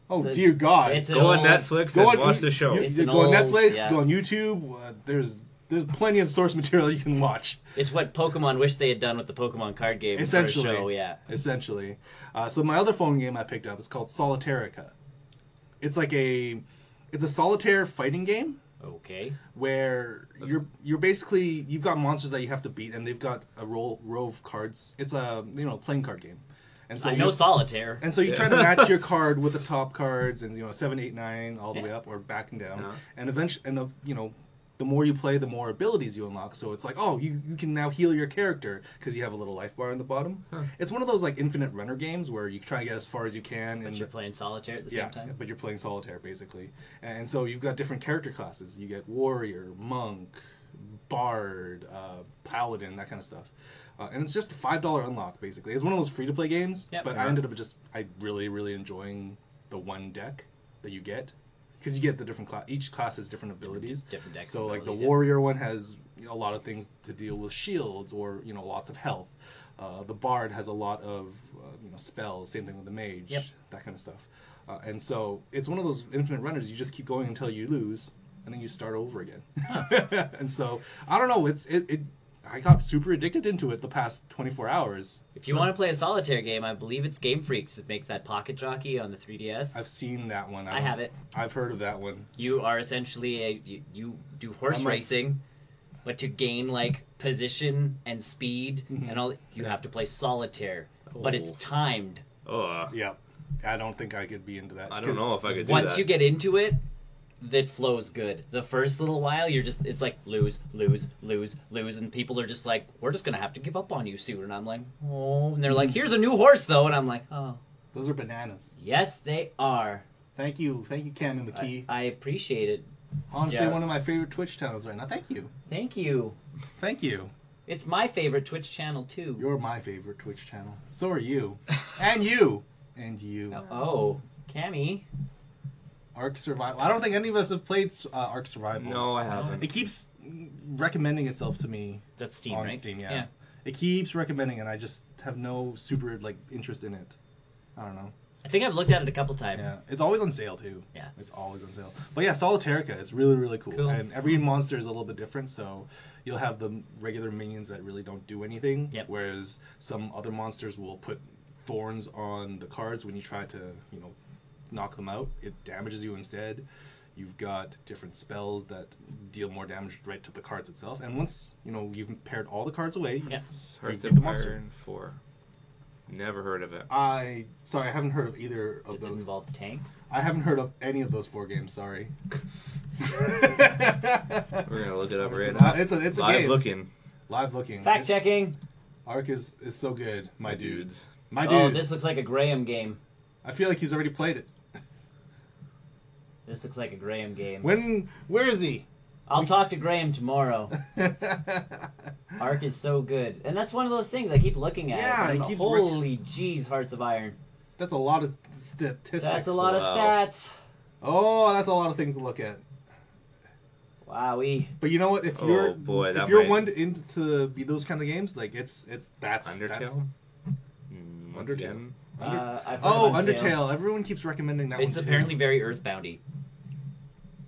Speaker 2: oh
Speaker 1: it's a-
Speaker 2: dear God!
Speaker 1: It's an
Speaker 3: Go on E-
Speaker 1: old-
Speaker 3: Netflix
Speaker 2: Uh, go on
Speaker 3: and watch
Speaker 2: Yu-
Speaker 3: the show.
Speaker 2: Yu-
Speaker 1: It's
Speaker 2: go
Speaker 1: an
Speaker 2: on
Speaker 1: old-
Speaker 2: Netflix.
Speaker 1: yeah.
Speaker 2: Go on YouTube. Uh, there's there's plenty of source material you can watch.
Speaker 1: It's what Pokemon wish they had done with the Pokemon card game. for a
Speaker 2: Essentially.
Speaker 1: show, yeah.
Speaker 2: essentially. Uh, so my other phone game I picked up is called Solitarica. It's like a it's a solitaire fighting game
Speaker 1: Okay.
Speaker 2: where you're you're basically you've got monsters that you have to beat and they've got a roll row of cards. It's a you know playing card game, and so
Speaker 1: I
Speaker 2: you,
Speaker 1: know solitaire.
Speaker 2: (laughs) and so you
Speaker 3: Yeah.
Speaker 2: try to match
Speaker 3: (laughs)
Speaker 2: your card with the top cards and you know seven eight nine all the
Speaker 1: Yeah.
Speaker 2: way up or back and down
Speaker 3: Yeah.
Speaker 2: and eventually and uh, you know. The more you play, the more abilities you unlock. So it's like, oh, you, you can now heal your character because you have a little life bar in the bottom.
Speaker 3: Huh.
Speaker 2: It's one of those like infinite runner games where you try to get as far as you can.
Speaker 1: But
Speaker 2: and
Speaker 1: you're playing solitaire at the
Speaker 2: yeah,
Speaker 1: same time.
Speaker 2: but you're playing solitaire basically, and so you've got different character classes. You get warrior, monk, bard, uh, paladin, that kind of stuff. Uh, and it's just a five dollar unlock basically. It's one of those free to play games,
Speaker 1: Yep.
Speaker 2: but I ended up just I really really enjoying the one deck that you get because you get the different class. Each class has different abilities.
Speaker 1: different decks
Speaker 2: So
Speaker 1: and
Speaker 2: like the
Speaker 1: abilities, yeah.
Speaker 2: warrior one has a lot of things to deal with shields or you know lots of health. Uh, the bard has a lot of uh, you know spells. Same thing with the mage.
Speaker 1: Yep.
Speaker 2: That kind of stuff. Uh, and so it's one of those infinite runners. You just keep going until you lose, and then you start over again. (laughs) and so I don't know. It's it. it I got super addicted into it the past 24 hours.
Speaker 1: If you want to play a solitaire game, I believe it's Game Freaks that makes that pocket jockey on the 3DS.
Speaker 2: I've seen that one.
Speaker 1: I
Speaker 2: don't-
Speaker 1: have it.
Speaker 2: I've heard of that one.
Speaker 1: You are essentially a you, you do horse
Speaker 2: I'm a-
Speaker 1: racing, but to gain like position and speed
Speaker 2: Mm-hmm.
Speaker 1: and all, you have to play solitaire. But it's
Speaker 3: Oh.
Speaker 1: timed.
Speaker 3: Oh,
Speaker 2: Yeah. I don't think I could be into that.
Speaker 3: I don't know if I could do
Speaker 1: Once
Speaker 3: that.
Speaker 1: you get into it, that flows good. The first little while, you're just it's like lose, lose, lose, lose, and people are just like, we're just gonna have to give up on you soon. And I'm like, oh, and they're
Speaker 2: Mm-hmm.
Speaker 1: like, here's a new horse though, and I'm like, oh,
Speaker 2: Those are bananas.
Speaker 1: yes, they are.
Speaker 2: Thank you. Thank you, Cam and the
Speaker 1: I,
Speaker 2: key.
Speaker 1: I appreciate it.
Speaker 2: Honestly,
Speaker 1: yeah.
Speaker 2: one of my favorite Twitch channels right now. Thank you.
Speaker 1: Thank you.
Speaker 2: Thank you.
Speaker 1: It's my favorite Twitch channel too.
Speaker 2: You're my favorite Twitch channel. So are you. and you. And you.
Speaker 1: Oh, Cammy.
Speaker 2: Ark Survival. I don't think any of us have played uh, Ark Survival.
Speaker 3: no, I haven't.
Speaker 2: It keeps recommending itself to me
Speaker 1: That's Steam,
Speaker 2: on
Speaker 1: right?
Speaker 2: Oh, Steam. Yeah. It keeps recommending, and I just have no super like interest in it. I don't know.
Speaker 1: I think I've looked at it a couple times.
Speaker 2: Yeah, it's always on sale too.
Speaker 1: Yeah.
Speaker 2: it's always on sale. But yeah, Solitarica, it's really really cool.
Speaker 1: Cool.
Speaker 2: And every monster is a little bit different, so you'll have the regular minions that really don't do anything.
Speaker 1: Yep.
Speaker 2: Whereas some other monsters will put thorns on the cards when you try to you know knock them out. It damages you instead. You've got different spells that deal more damage right to the cards itself. And once you know you've paired all the cards away,
Speaker 1: Yeah.
Speaker 3: Hearts
Speaker 2: You beat
Speaker 3: of
Speaker 2: the
Speaker 3: Iron
Speaker 2: monster.
Speaker 3: 4. Never heard of it.
Speaker 2: I sorry I haven't heard of either
Speaker 1: Does
Speaker 2: of
Speaker 1: it
Speaker 2: those.
Speaker 1: involve tanks?
Speaker 2: I haven't heard of any of those four games. Sorry.
Speaker 3: We're gonna look it up
Speaker 2: It's
Speaker 3: right
Speaker 2: a-
Speaker 3: now.
Speaker 2: it's a- it's a
Speaker 3: Live
Speaker 2: game.
Speaker 3: looking.
Speaker 2: Live looking.
Speaker 1: Fact
Speaker 2: It's-
Speaker 1: checking.
Speaker 2: Arc is is so good, my dudes. My
Speaker 1: Oh,
Speaker 2: dudes.
Speaker 1: this looks like a Graham game.
Speaker 2: I feel like he's already played it.
Speaker 1: This looks like a Graham game.
Speaker 2: When? Where is (laughs) he?
Speaker 1: I'll talk to Graham
Speaker 2: (laughs)
Speaker 1: tomorrow. Arc is so good, and that's one of those things I keep looking at.
Speaker 2: Yeah,
Speaker 1: and
Speaker 2: it
Speaker 1: I'm,
Speaker 2: keeps working.
Speaker 1: holy jeez, Hearts of Iron.
Speaker 2: that's a lot of statistics.
Speaker 1: That's a lot of
Speaker 3: Wow.
Speaker 1: stats.
Speaker 2: Oh, that's a lot of things to look at.
Speaker 1: Wowie.
Speaker 2: But you know what? If
Speaker 3: Oh,
Speaker 2: you're
Speaker 3: boy,
Speaker 2: if
Speaker 3: that
Speaker 2: you're
Speaker 3: might-
Speaker 2: one to, into be those kind of games, like it's it's that's That's,
Speaker 3: Undertale? Mm, once
Speaker 2: Undertale.
Speaker 3: again.
Speaker 2: Under-
Speaker 1: Uh, I've heard
Speaker 2: oh,
Speaker 1: of
Speaker 2: Undertale. Everyone keeps recommending that
Speaker 1: It's
Speaker 2: one. too.
Speaker 1: apparently very Earthboundy.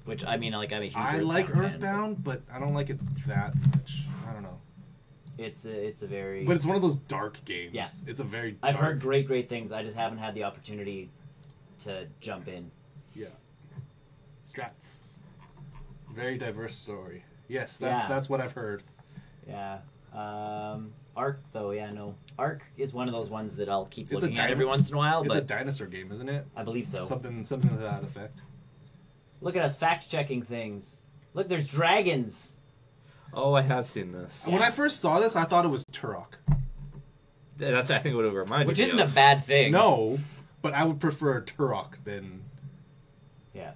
Speaker 1: Which I mean, like I'm a huge.
Speaker 2: I like
Speaker 1: fan, but
Speaker 2: Earthbound, but I don't like it that much. I don't know.
Speaker 1: It's a, it's a very.
Speaker 2: But it's one of those dark games.
Speaker 1: Yeah.
Speaker 2: It's a very
Speaker 1: I've
Speaker 2: dark
Speaker 1: heard great, great things. I just haven't had the opportunity to jump in.
Speaker 2: Yeah. Strats. Very diverse story. Yes, that's
Speaker 1: Yeah.
Speaker 2: that's what I've heard.
Speaker 1: Yeah. Um, Arc though, yeah, no. Arc is one of those ones that I'll keep
Speaker 2: It's a
Speaker 1: looking at
Speaker 2: dino-
Speaker 1: every once in a while,
Speaker 2: It's a
Speaker 1: but
Speaker 2: dinosaur game, isn't it?
Speaker 1: I believe so.
Speaker 2: Something something to that effect.
Speaker 1: Look at us fact checking things. Look, there's dragons.
Speaker 3: Oh, I have seen this.
Speaker 1: Yeah.
Speaker 2: When I first saw this, I thought it was Turok.
Speaker 3: Th- That's I think what it reminded
Speaker 1: Which
Speaker 3: me
Speaker 1: isn't a
Speaker 3: of.
Speaker 1: bad thing.
Speaker 2: No, but I would prefer Turok than
Speaker 1: Yeah.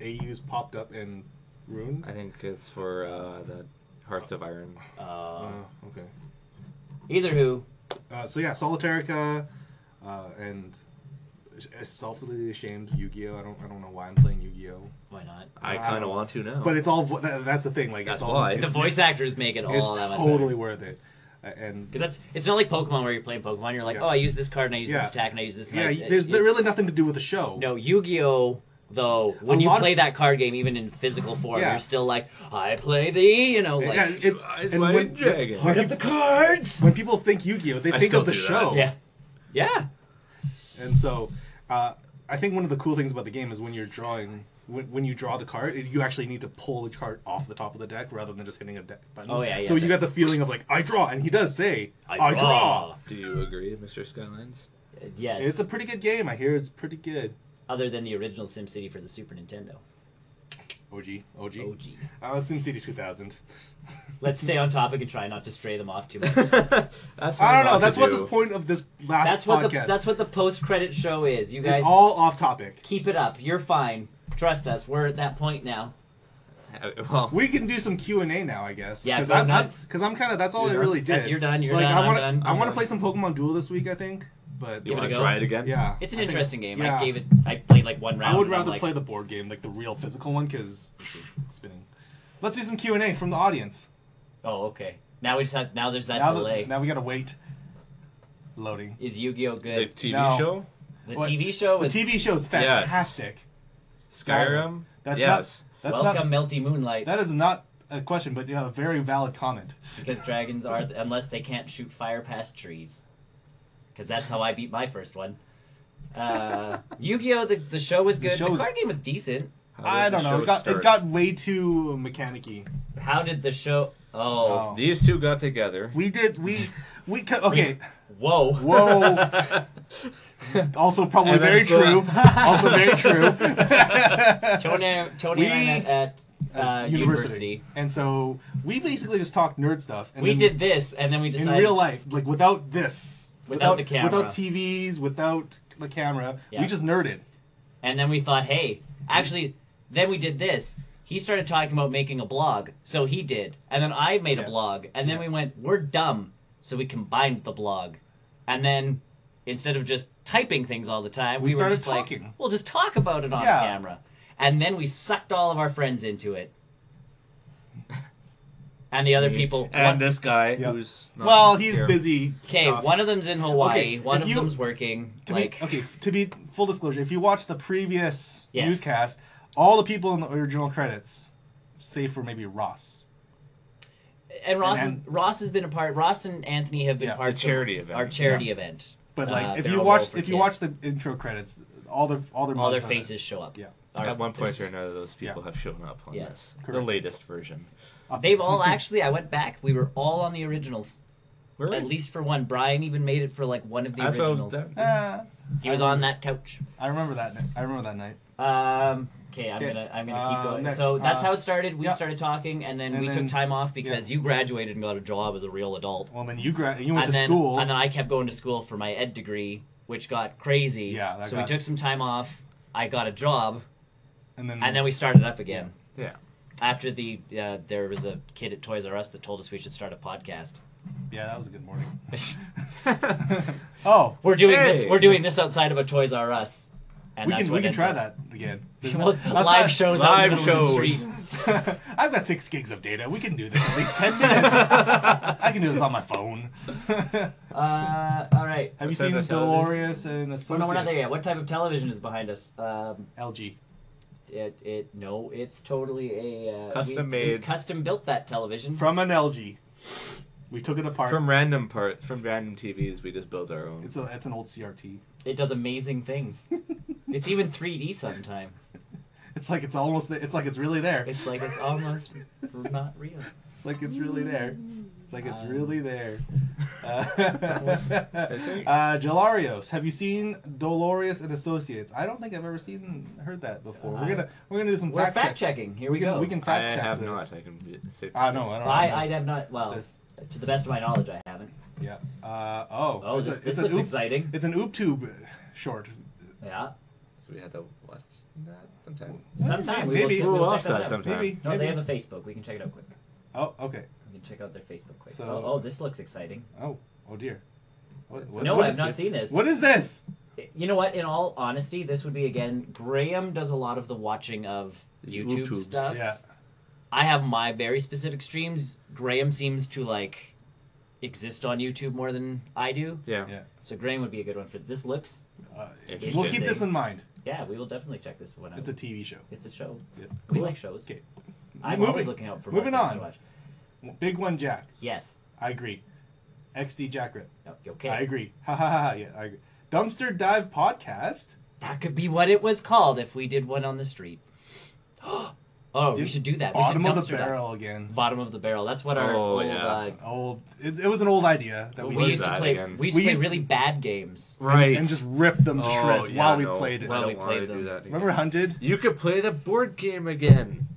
Speaker 2: AU's popped up and Ruined?
Speaker 3: I think it's for uh, the Hearts of Iron.
Speaker 1: Uh,
Speaker 2: Uh, okay.
Speaker 1: either who,
Speaker 2: Uh, so yeah, Solitarica, uh, and a selfishly ashamed Yu-Gi-Oh. I don't I don't know why I'm playing Yu-Gi-Oh.
Speaker 1: why not?
Speaker 3: I
Speaker 2: Wow.
Speaker 3: kind of want to now.
Speaker 2: But it's all vo- that, that's the thing. Like
Speaker 3: That's
Speaker 2: it's all,
Speaker 3: why.
Speaker 1: The
Speaker 2: It's,
Speaker 1: voice actors make it all
Speaker 2: it's
Speaker 1: that much
Speaker 2: totally worth it. Uh, and
Speaker 1: Because that's it's not like Pokemon where you're playing Pokemon. You're like,
Speaker 2: Yeah.
Speaker 1: oh, I use this card and I use
Speaker 2: Yeah.
Speaker 1: this attack and I use this. and
Speaker 2: yeah,
Speaker 1: I,
Speaker 2: y- there's
Speaker 1: it-
Speaker 2: there really nothing to do with the show.
Speaker 1: No, Yu-Gi-Oh! Though when
Speaker 2: A
Speaker 1: you
Speaker 2: lot of-
Speaker 1: play that card game, even in physical form,
Speaker 2: Yeah.
Speaker 1: you're still like, I play the, you know, like
Speaker 2: yeah, it's
Speaker 3: I
Speaker 2: and
Speaker 3: play
Speaker 2: when,
Speaker 3: Dragon.
Speaker 2: When,
Speaker 1: Heart of
Speaker 2: people,
Speaker 1: the cards.
Speaker 2: when people think Yu-Gi-Oh, they
Speaker 3: I
Speaker 2: think
Speaker 3: still
Speaker 2: of the
Speaker 3: do that.
Speaker 2: show.
Speaker 1: Yeah, yeah.
Speaker 2: And so, uh, I think one of the cool things about the game is when you're drawing, when, when you draw the card, it- you actually need to pull the card off the top of the deck rather than just hitting a deck button.
Speaker 1: Oh, yeah, yeah,
Speaker 2: So you
Speaker 1: that-
Speaker 2: got the feeling of like I draw, and he does say I, draw.
Speaker 3: Do you agree,
Speaker 2: (laughs)
Speaker 3: Mr. Skylines?
Speaker 1: Uh, Yes.
Speaker 2: It's a pretty good game. I hear it's pretty good.
Speaker 1: Other than the original SimCity for the Super Nintendo.
Speaker 2: OG, OG.
Speaker 1: OG.
Speaker 2: Uh, SimCity 2000.
Speaker 1: Let's stay on topic and try not to stray them off too
Speaker 2: (laughs)
Speaker 1: much.
Speaker 3: that's what
Speaker 2: I
Speaker 3: I'm
Speaker 2: don't know.
Speaker 3: about
Speaker 2: That's
Speaker 3: to
Speaker 2: what
Speaker 3: do.
Speaker 2: this point of this last
Speaker 1: That's what
Speaker 2: podcast.
Speaker 1: the that's what the post credit show is. You guys
Speaker 2: it's all off topic.
Speaker 1: keep it up. You're fine. Trust us. We're at that point now.
Speaker 3: Uh, Well,
Speaker 2: We can do some Q and A now, I guess.
Speaker 1: Yeah,
Speaker 2: because
Speaker 1: go
Speaker 2: I'm
Speaker 1: nuts.
Speaker 2: because I'm kind of that's all
Speaker 3: You're
Speaker 2: I
Speaker 3: done?
Speaker 2: really did.
Speaker 1: That's- you're done, you're
Speaker 2: like,
Speaker 1: done,
Speaker 2: I
Speaker 1: I'm
Speaker 2: wanna,
Speaker 1: done,
Speaker 2: I
Speaker 1: I'm
Speaker 2: want to
Speaker 1: done.
Speaker 2: play some Pokemon Duel this week, I think. But
Speaker 1: Give
Speaker 3: you
Speaker 1: it
Speaker 3: want
Speaker 1: a
Speaker 3: to
Speaker 1: go.
Speaker 3: try it again?
Speaker 2: yeah,
Speaker 1: It's an
Speaker 2: I think-
Speaker 1: interesting game.
Speaker 2: yeah.
Speaker 1: I gave it. I played like one round.
Speaker 2: I would
Speaker 1: and I'm
Speaker 2: rather
Speaker 1: like,
Speaker 2: play the board game, like the real physical one, because spinning. Let's do some Q and A from the audience.
Speaker 1: Oh, okay. Now we just have. Now there's that
Speaker 2: now,
Speaker 1: delay.
Speaker 2: now we gotta wait. Loading.
Speaker 1: Is Yu-Gi-Oh
Speaker 3: The
Speaker 1: good?
Speaker 3: TV
Speaker 2: No.
Speaker 3: show?
Speaker 1: The,
Speaker 2: what-
Speaker 1: TV show
Speaker 2: The
Speaker 1: is
Speaker 2: TV show is fantastic.
Speaker 3: Skyrim?
Speaker 2: That's
Speaker 3: yes.
Speaker 2: not. That's
Speaker 1: Welcome
Speaker 2: not.
Speaker 1: Melty Moonlight
Speaker 2: That is not a question, but yeah, a very valid comment.
Speaker 1: because dragons are unless they can't shoot fire past trees. Because that's how I beat my first one.
Speaker 2: (laughs)
Speaker 1: Uh, Yu-Gi-Oh! The, the show was
Speaker 2: The
Speaker 1: good. The,
Speaker 2: show was-
Speaker 1: card game was decent.
Speaker 3: How
Speaker 2: I
Speaker 3: did
Speaker 2: don't
Speaker 3: the
Speaker 2: know.
Speaker 3: show
Speaker 2: It got, it
Speaker 3: start?
Speaker 2: got way too mechanicy.
Speaker 1: How did the show? Oh,
Speaker 2: Oh.
Speaker 3: These two got together.
Speaker 2: We did. We we co-
Speaker 3: (laughs)
Speaker 2: okay.
Speaker 1: whoa!
Speaker 2: Whoa. also probably
Speaker 3: And then
Speaker 2: very
Speaker 1: uh,
Speaker 3: so-
Speaker 2: true. also very true.
Speaker 1: (laughs) Tony, Tony
Speaker 2: We-
Speaker 1: and I met at (laughs)
Speaker 2: (laughs)
Speaker 1: uh, university.
Speaker 2: And so we basically just talked nerd stuff. And
Speaker 1: We
Speaker 2: then
Speaker 1: did this, and then we
Speaker 2: in
Speaker 1: decided
Speaker 2: real life, like without this,
Speaker 1: Without the camera.
Speaker 2: without TVs, without the camera,
Speaker 1: Yeah.
Speaker 2: we just nerded.
Speaker 1: And then we thought, hey, actually, then we did this. He started talking about making a blog, so he did. And then I made
Speaker 2: Yeah.
Speaker 1: a blog, and then
Speaker 2: Yeah.
Speaker 1: we went, we're dumb, so we combined the blog. And then instead of just typing things all the time,
Speaker 2: We
Speaker 1: we, were
Speaker 2: started
Speaker 1: just like,
Speaker 2: talking.
Speaker 1: we'll just talk about it on
Speaker 2: Yeah.
Speaker 1: camera. And then we sucked all of our friends into it. And the other people.
Speaker 3: And this guy
Speaker 2: Yep.
Speaker 3: who's. not
Speaker 2: Well, he's
Speaker 3: here.
Speaker 2: busy.
Speaker 1: okay,
Speaker 2: stuff.
Speaker 1: one of them's in Hawaii,
Speaker 2: Okay,
Speaker 1: one
Speaker 2: if
Speaker 1: of
Speaker 2: you-
Speaker 1: them's working.
Speaker 2: to
Speaker 1: like,
Speaker 2: be okay. To be full disclosure, if you watch the previous
Speaker 1: Yes.
Speaker 2: newscast, all the people in the original credits, save for maybe Ross.
Speaker 1: and Ross,
Speaker 2: and-
Speaker 1: Ross has been a part. Ross and Anthony have been
Speaker 2: Yeah, the
Speaker 1: part
Speaker 3: charity event.
Speaker 1: Our charity event.
Speaker 2: But
Speaker 1: Uh,
Speaker 2: like, if
Speaker 1: they're
Speaker 2: you
Speaker 1: all
Speaker 2: watch
Speaker 1: over
Speaker 2: if you
Speaker 1: kids.
Speaker 2: watch the intro credits, all their all their
Speaker 1: all their
Speaker 2: mods are-
Speaker 1: faces show up.
Speaker 2: Yeah.
Speaker 1: Our-
Speaker 3: At one point or
Speaker 1: there's-
Speaker 3: another, those people have shown up on
Speaker 1: Yes.
Speaker 3: this. The
Speaker 2: Correct.
Speaker 3: latest version.
Speaker 1: They've
Speaker 2: (laughs)
Speaker 1: all actually. I went back. We were all on the originals,
Speaker 3: Where
Speaker 1: at least for one. Brian even made it for like one of the
Speaker 3: That's what I was-
Speaker 1: originals.
Speaker 2: Ah,
Speaker 3: that-
Speaker 1: He was on that couch.
Speaker 2: I remember that. Night. I remember that night.
Speaker 1: Um, okay, I'm
Speaker 2: 'Kay,
Speaker 1: gonna I'm gonna keep
Speaker 2: uh,
Speaker 1: going.
Speaker 2: next,
Speaker 1: so that's
Speaker 2: uh,
Speaker 1: how it started. We
Speaker 2: yeah.
Speaker 1: started talking, and then
Speaker 2: And
Speaker 1: we
Speaker 2: then-
Speaker 1: took time off because you graduated and got a job as a real adult.
Speaker 2: Well, then you gra- you went
Speaker 1: and
Speaker 2: to
Speaker 1: then,
Speaker 2: school.
Speaker 1: And then I kept going to school for my ed degree, which got crazy.
Speaker 2: Yeah, that
Speaker 1: So we
Speaker 2: got-
Speaker 1: took some time off. I got a job,
Speaker 2: and then,
Speaker 1: and then we started up again.
Speaker 3: Yeah.
Speaker 1: After the uh, there was a kid at Toys R Us that told us we should start a podcast.
Speaker 2: yeah, that was a good
Speaker 1: (laughs)
Speaker 2: morning.
Speaker 3: (laughs)
Speaker 2: oh,
Speaker 1: We're doing this.
Speaker 3: Hey.
Speaker 1: We're doing this outside of a Toys R Us, and
Speaker 2: we
Speaker 1: that's
Speaker 2: can
Speaker 1: what
Speaker 2: we can
Speaker 1: ends
Speaker 2: try
Speaker 1: up-
Speaker 2: that again. There's no-
Speaker 1: Well,
Speaker 2: that's
Speaker 1: live
Speaker 2: not-
Speaker 1: shows out in the
Speaker 3: Live
Speaker 1: middle of the
Speaker 3: shows.
Speaker 1: street.
Speaker 2: (laughs) I've got six gigs of data. We can do this at least ten minutes. I can do this on my phone.
Speaker 1: (laughs)
Speaker 2: (laughs)
Speaker 1: Uh, all right.
Speaker 2: Have you
Speaker 3: What's that,
Speaker 2: seen
Speaker 3: that's how it is?
Speaker 2: Dolores and
Speaker 1: Well,
Speaker 2: Associates?
Speaker 1: no, we're not there yet. What type of television is behind us? Um,
Speaker 2: LG.
Speaker 1: it, it no, it's totally a uh,
Speaker 3: Custom
Speaker 1: we- we
Speaker 3: made.
Speaker 1: custom built that television.
Speaker 2: From an LG. We took it apart.
Speaker 3: From random part, from random TVs, we just built our own.
Speaker 2: it's, a, it's an old CRT.
Speaker 1: It does amazing things. it's even 3D sometimes.
Speaker 2: (laughs) It's like it's almost. It's like it's really there.
Speaker 1: It's like it's almost not real.
Speaker 2: It's like it's really there. It's like it's
Speaker 1: Um, (laughs)
Speaker 2: really there. Uh,
Speaker 3: think-
Speaker 2: (laughs) uh, Gelarios, have you seen Dolores and Associates? I don't think I've ever seen heard that before.
Speaker 1: I-
Speaker 2: We're gonna we're gonna do some
Speaker 1: We're fact,
Speaker 2: fact, check.
Speaker 1: checking. Here we
Speaker 2: can,
Speaker 1: go.
Speaker 2: We can
Speaker 3: I
Speaker 2: fact check
Speaker 3: have
Speaker 2: this.
Speaker 3: not. I can be safe to
Speaker 2: I
Speaker 3: say.
Speaker 2: know. I don't.
Speaker 1: I,
Speaker 2: know.
Speaker 1: I have not. Well,
Speaker 2: This.
Speaker 1: to the best of my knowledge, I haven't.
Speaker 2: Yeah. Uh, oh.
Speaker 1: Oh,
Speaker 2: it's
Speaker 1: this,
Speaker 2: a,
Speaker 1: this
Speaker 2: it's an
Speaker 1: looks
Speaker 2: oop,
Speaker 1: exciting.
Speaker 2: It's an OopTube short.
Speaker 1: Yeah.
Speaker 3: So we had to watch Not sometimes.
Speaker 1: Sometime we
Speaker 2: Maybe.
Speaker 1: will, we will
Speaker 3: We'll
Speaker 1: check
Speaker 3: offset
Speaker 1: that out.
Speaker 3: sometime.
Speaker 2: Maybe.
Speaker 1: No, they
Speaker 2: maybe.
Speaker 1: have a Facebook. We can check it out quick.
Speaker 2: Oh, okay.
Speaker 1: We can check out their Facebook quick.
Speaker 2: So-
Speaker 1: oh, oh, this looks exciting.
Speaker 2: Oh, oh dear. What,
Speaker 1: no,
Speaker 2: what
Speaker 1: I've
Speaker 2: is
Speaker 1: not
Speaker 2: this?
Speaker 1: seen this.
Speaker 2: What is this?
Speaker 1: You know what? In all honesty, this would be again. Graham does a lot of the watching of YouTube
Speaker 3: YouTubes.
Speaker 1: stuff.
Speaker 2: Yeah.
Speaker 1: I have my very specific streams. Graham seems to like exist on YouTube more than I do.
Speaker 3: Yeah.
Speaker 2: Yeah.
Speaker 1: So Graham would be a good one for this. Looks,
Speaker 2: Uh,
Speaker 3: Interesting.
Speaker 2: we'll keep this in mind.
Speaker 1: yeah, we will definitely check this one out.
Speaker 2: It's a TV show.
Speaker 1: It's a show.
Speaker 2: Yes.
Speaker 1: We like shows.
Speaker 2: Okay.
Speaker 1: I'm
Speaker 2: Moving-
Speaker 1: always looking out for
Speaker 2: moving
Speaker 1: more things
Speaker 2: on.
Speaker 1: to watch.
Speaker 2: Big one, Jack.
Speaker 1: Yes.
Speaker 2: I agree. XD Jackrit.
Speaker 1: No, okay.
Speaker 2: I agree. Ha ha ha. ha. Yeah, I agree. Dumpster Dive Podcast.
Speaker 1: That could be what it was called if we did one on the street. (gasps) oh, we
Speaker 2: Dude,
Speaker 1: should do that.
Speaker 2: Bottom
Speaker 1: we should
Speaker 2: of the
Speaker 1: dumpster dive.
Speaker 2: barrel again.
Speaker 1: Bottom of the barrel. That's what our
Speaker 3: Oh,
Speaker 1: old.
Speaker 3: yeah.
Speaker 1: Uh,
Speaker 2: Old. It, it was an old idea that we
Speaker 1: we
Speaker 3: was
Speaker 1: used to
Speaker 3: that
Speaker 1: play.
Speaker 3: again?
Speaker 1: We used
Speaker 2: We
Speaker 1: to play
Speaker 2: used-
Speaker 1: really bad games.
Speaker 3: Right. Oh,
Speaker 2: and just rip them to shreds
Speaker 3: yeah,
Speaker 2: while we
Speaker 3: no.
Speaker 2: played it.
Speaker 3: I
Speaker 1: While
Speaker 3: don't
Speaker 1: we
Speaker 3: wanna
Speaker 1: played
Speaker 3: do
Speaker 1: them.
Speaker 3: that again.
Speaker 2: Remember Hunted?
Speaker 3: You could play the board game again.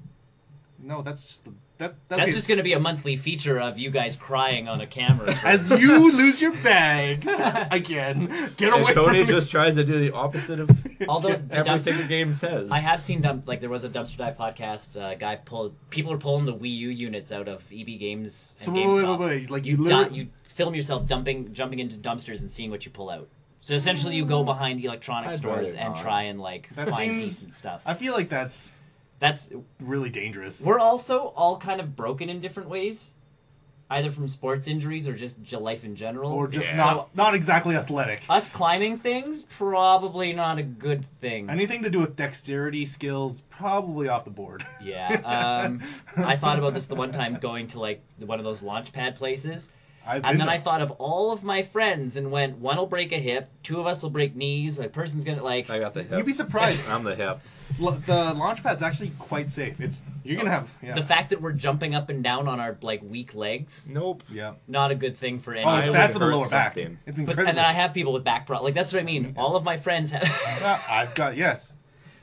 Speaker 2: No, that's just the, that. That's,
Speaker 1: That's just going to be a monthly feature of you guys crying on a camera.
Speaker 2: as you lose your bag (laughs) again. Get away
Speaker 3: And Tony
Speaker 2: from me.
Speaker 3: just tries to do the opposite
Speaker 2: (laughs)
Speaker 3: of
Speaker 1: Although the
Speaker 3: (laughs) everything
Speaker 1: dumpster,
Speaker 3: the game says.
Speaker 1: I have seen dump like there was a dumpster dive podcast. Uh, guy pulled people were pulling the Wii U units out of EB Games. And
Speaker 2: So wait, wait,
Speaker 1: GameStop.
Speaker 2: wait, wait, like you
Speaker 1: you
Speaker 2: literally-
Speaker 1: du- you film yourself dumping jumping into dumpsters and seeing what you pull out. So essentially, you go behind electronic
Speaker 3: I'd
Speaker 1: stores
Speaker 3: rather
Speaker 1: and
Speaker 3: not.
Speaker 1: try and like
Speaker 2: Mm. That
Speaker 1: find
Speaker 2: seems-
Speaker 1: decent stuff.
Speaker 2: I feel like that's
Speaker 1: That's
Speaker 2: really dangerous.
Speaker 1: we're also all kind of broken in different ways, either from sports injuries or just j- life in general.
Speaker 2: or just
Speaker 3: Yeah.
Speaker 2: not not exactly athletic.
Speaker 1: us climbing things probably not a good thing.
Speaker 2: Anything to do with dexterity skills, probably off the board. (laughs)
Speaker 1: Yeah. Um, I thought about this the one time going to like one of those launch pad places. And
Speaker 2: I've been
Speaker 1: then I
Speaker 2: to-
Speaker 1: thought of all of my friends and went, one will break a hip, two of us will break knees, a person's gonna
Speaker 2: Oh,
Speaker 1: like.
Speaker 3: I got the hip.
Speaker 2: You'd be surprised.
Speaker 3: I'm the hip.
Speaker 2: L- the launch pad's actually quite safe. It's you're gonna have yeah
Speaker 1: The fact that we're jumping up and down on our like weak legs,
Speaker 3: Nope.
Speaker 2: yeah.
Speaker 1: not a good thing for
Speaker 2: Oh,
Speaker 1: anyone.
Speaker 2: it's
Speaker 3: I
Speaker 2: bad
Speaker 3: would
Speaker 2: for the
Speaker 3: hurt
Speaker 2: lower back.
Speaker 3: something.
Speaker 2: It's
Speaker 1: but,
Speaker 2: incredible.
Speaker 1: and then I have people with back problems. Like that's what I mean. All of my friends have. (laughs)
Speaker 2: Yeah, Ah, I've got yes,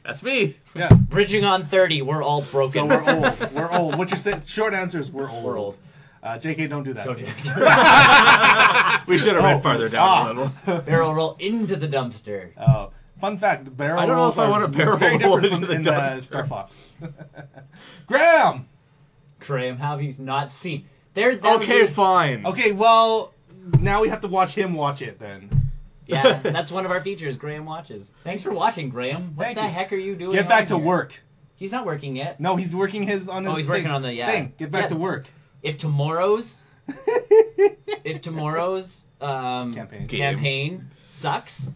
Speaker 3: That's me.
Speaker 2: yeah.
Speaker 1: Bridging on thirty, we're all broken.
Speaker 2: So we're old. We're old. What you're saying? Short answer is we're old.
Speaker 1: We're old.
Speaker 2: Uh, Jk, don't do that.
Speaker 1: Don't do
Speaker 3: We should have read
Speaker 2: Oh.
Speaker 3: farther down
Speaker 2: Ah.
Speaker 3: a little.
Speaker 1: that. (laughs) Barrel roll into the dumpster.
Speaker 2: Uh, fun fact: barrel
Speaker 3: I don't know
Speaker 2: rolls
Speaker 3: if I
Speaker 2: are
Speaker 3: want a barrel
Speaker 2: very
Speaker 3: roll (laughs)
Speaker 2: different
Speaker 3: into
Speaker 2: from
Speaker 3: the
Speaker 2: in, uh,
Speaker 3: dumpster.
Speaker 2: Star Fox. (laughs) Graham.
Speaker 1: Graham, how have you not seen? There, there
Speaker 3: Okay,
Speaker 1: we-
Speaker 3: fine.
Speaker 2: Okay, well now we have to watch him watch it then.
Speaker 1: Yeah, that's one of our features. Graham watches. Thanks for watching, Graham. What
Speaker 2: Thank
Speaker 1: the
Speaker 2: you.
Speaker 1: heck are you doing?
Speaker 2: Get back
Speaker 3: Oh,
Speaker 1: on
Speaker 2: to
Speaker 1: here?
Speaker 2: work.
Speaker 1: He's not working yet.
Speaker 2: No, he's working his on his.
Speaker 1: he's
Speaker 2: thing-
Speaker 1: working on the- yeah.
Speaker 2: thing. Get back
Speaker 1: Yeah.
Speaker 2: to work.
Speaker 1: If
Speaker 2: (laughs)
Speaker 1: tomorrow's, if tomorrow's um,
Speaker 2: Campaign.
Speaker 3: Game.
Speaker 1: campaign sucks,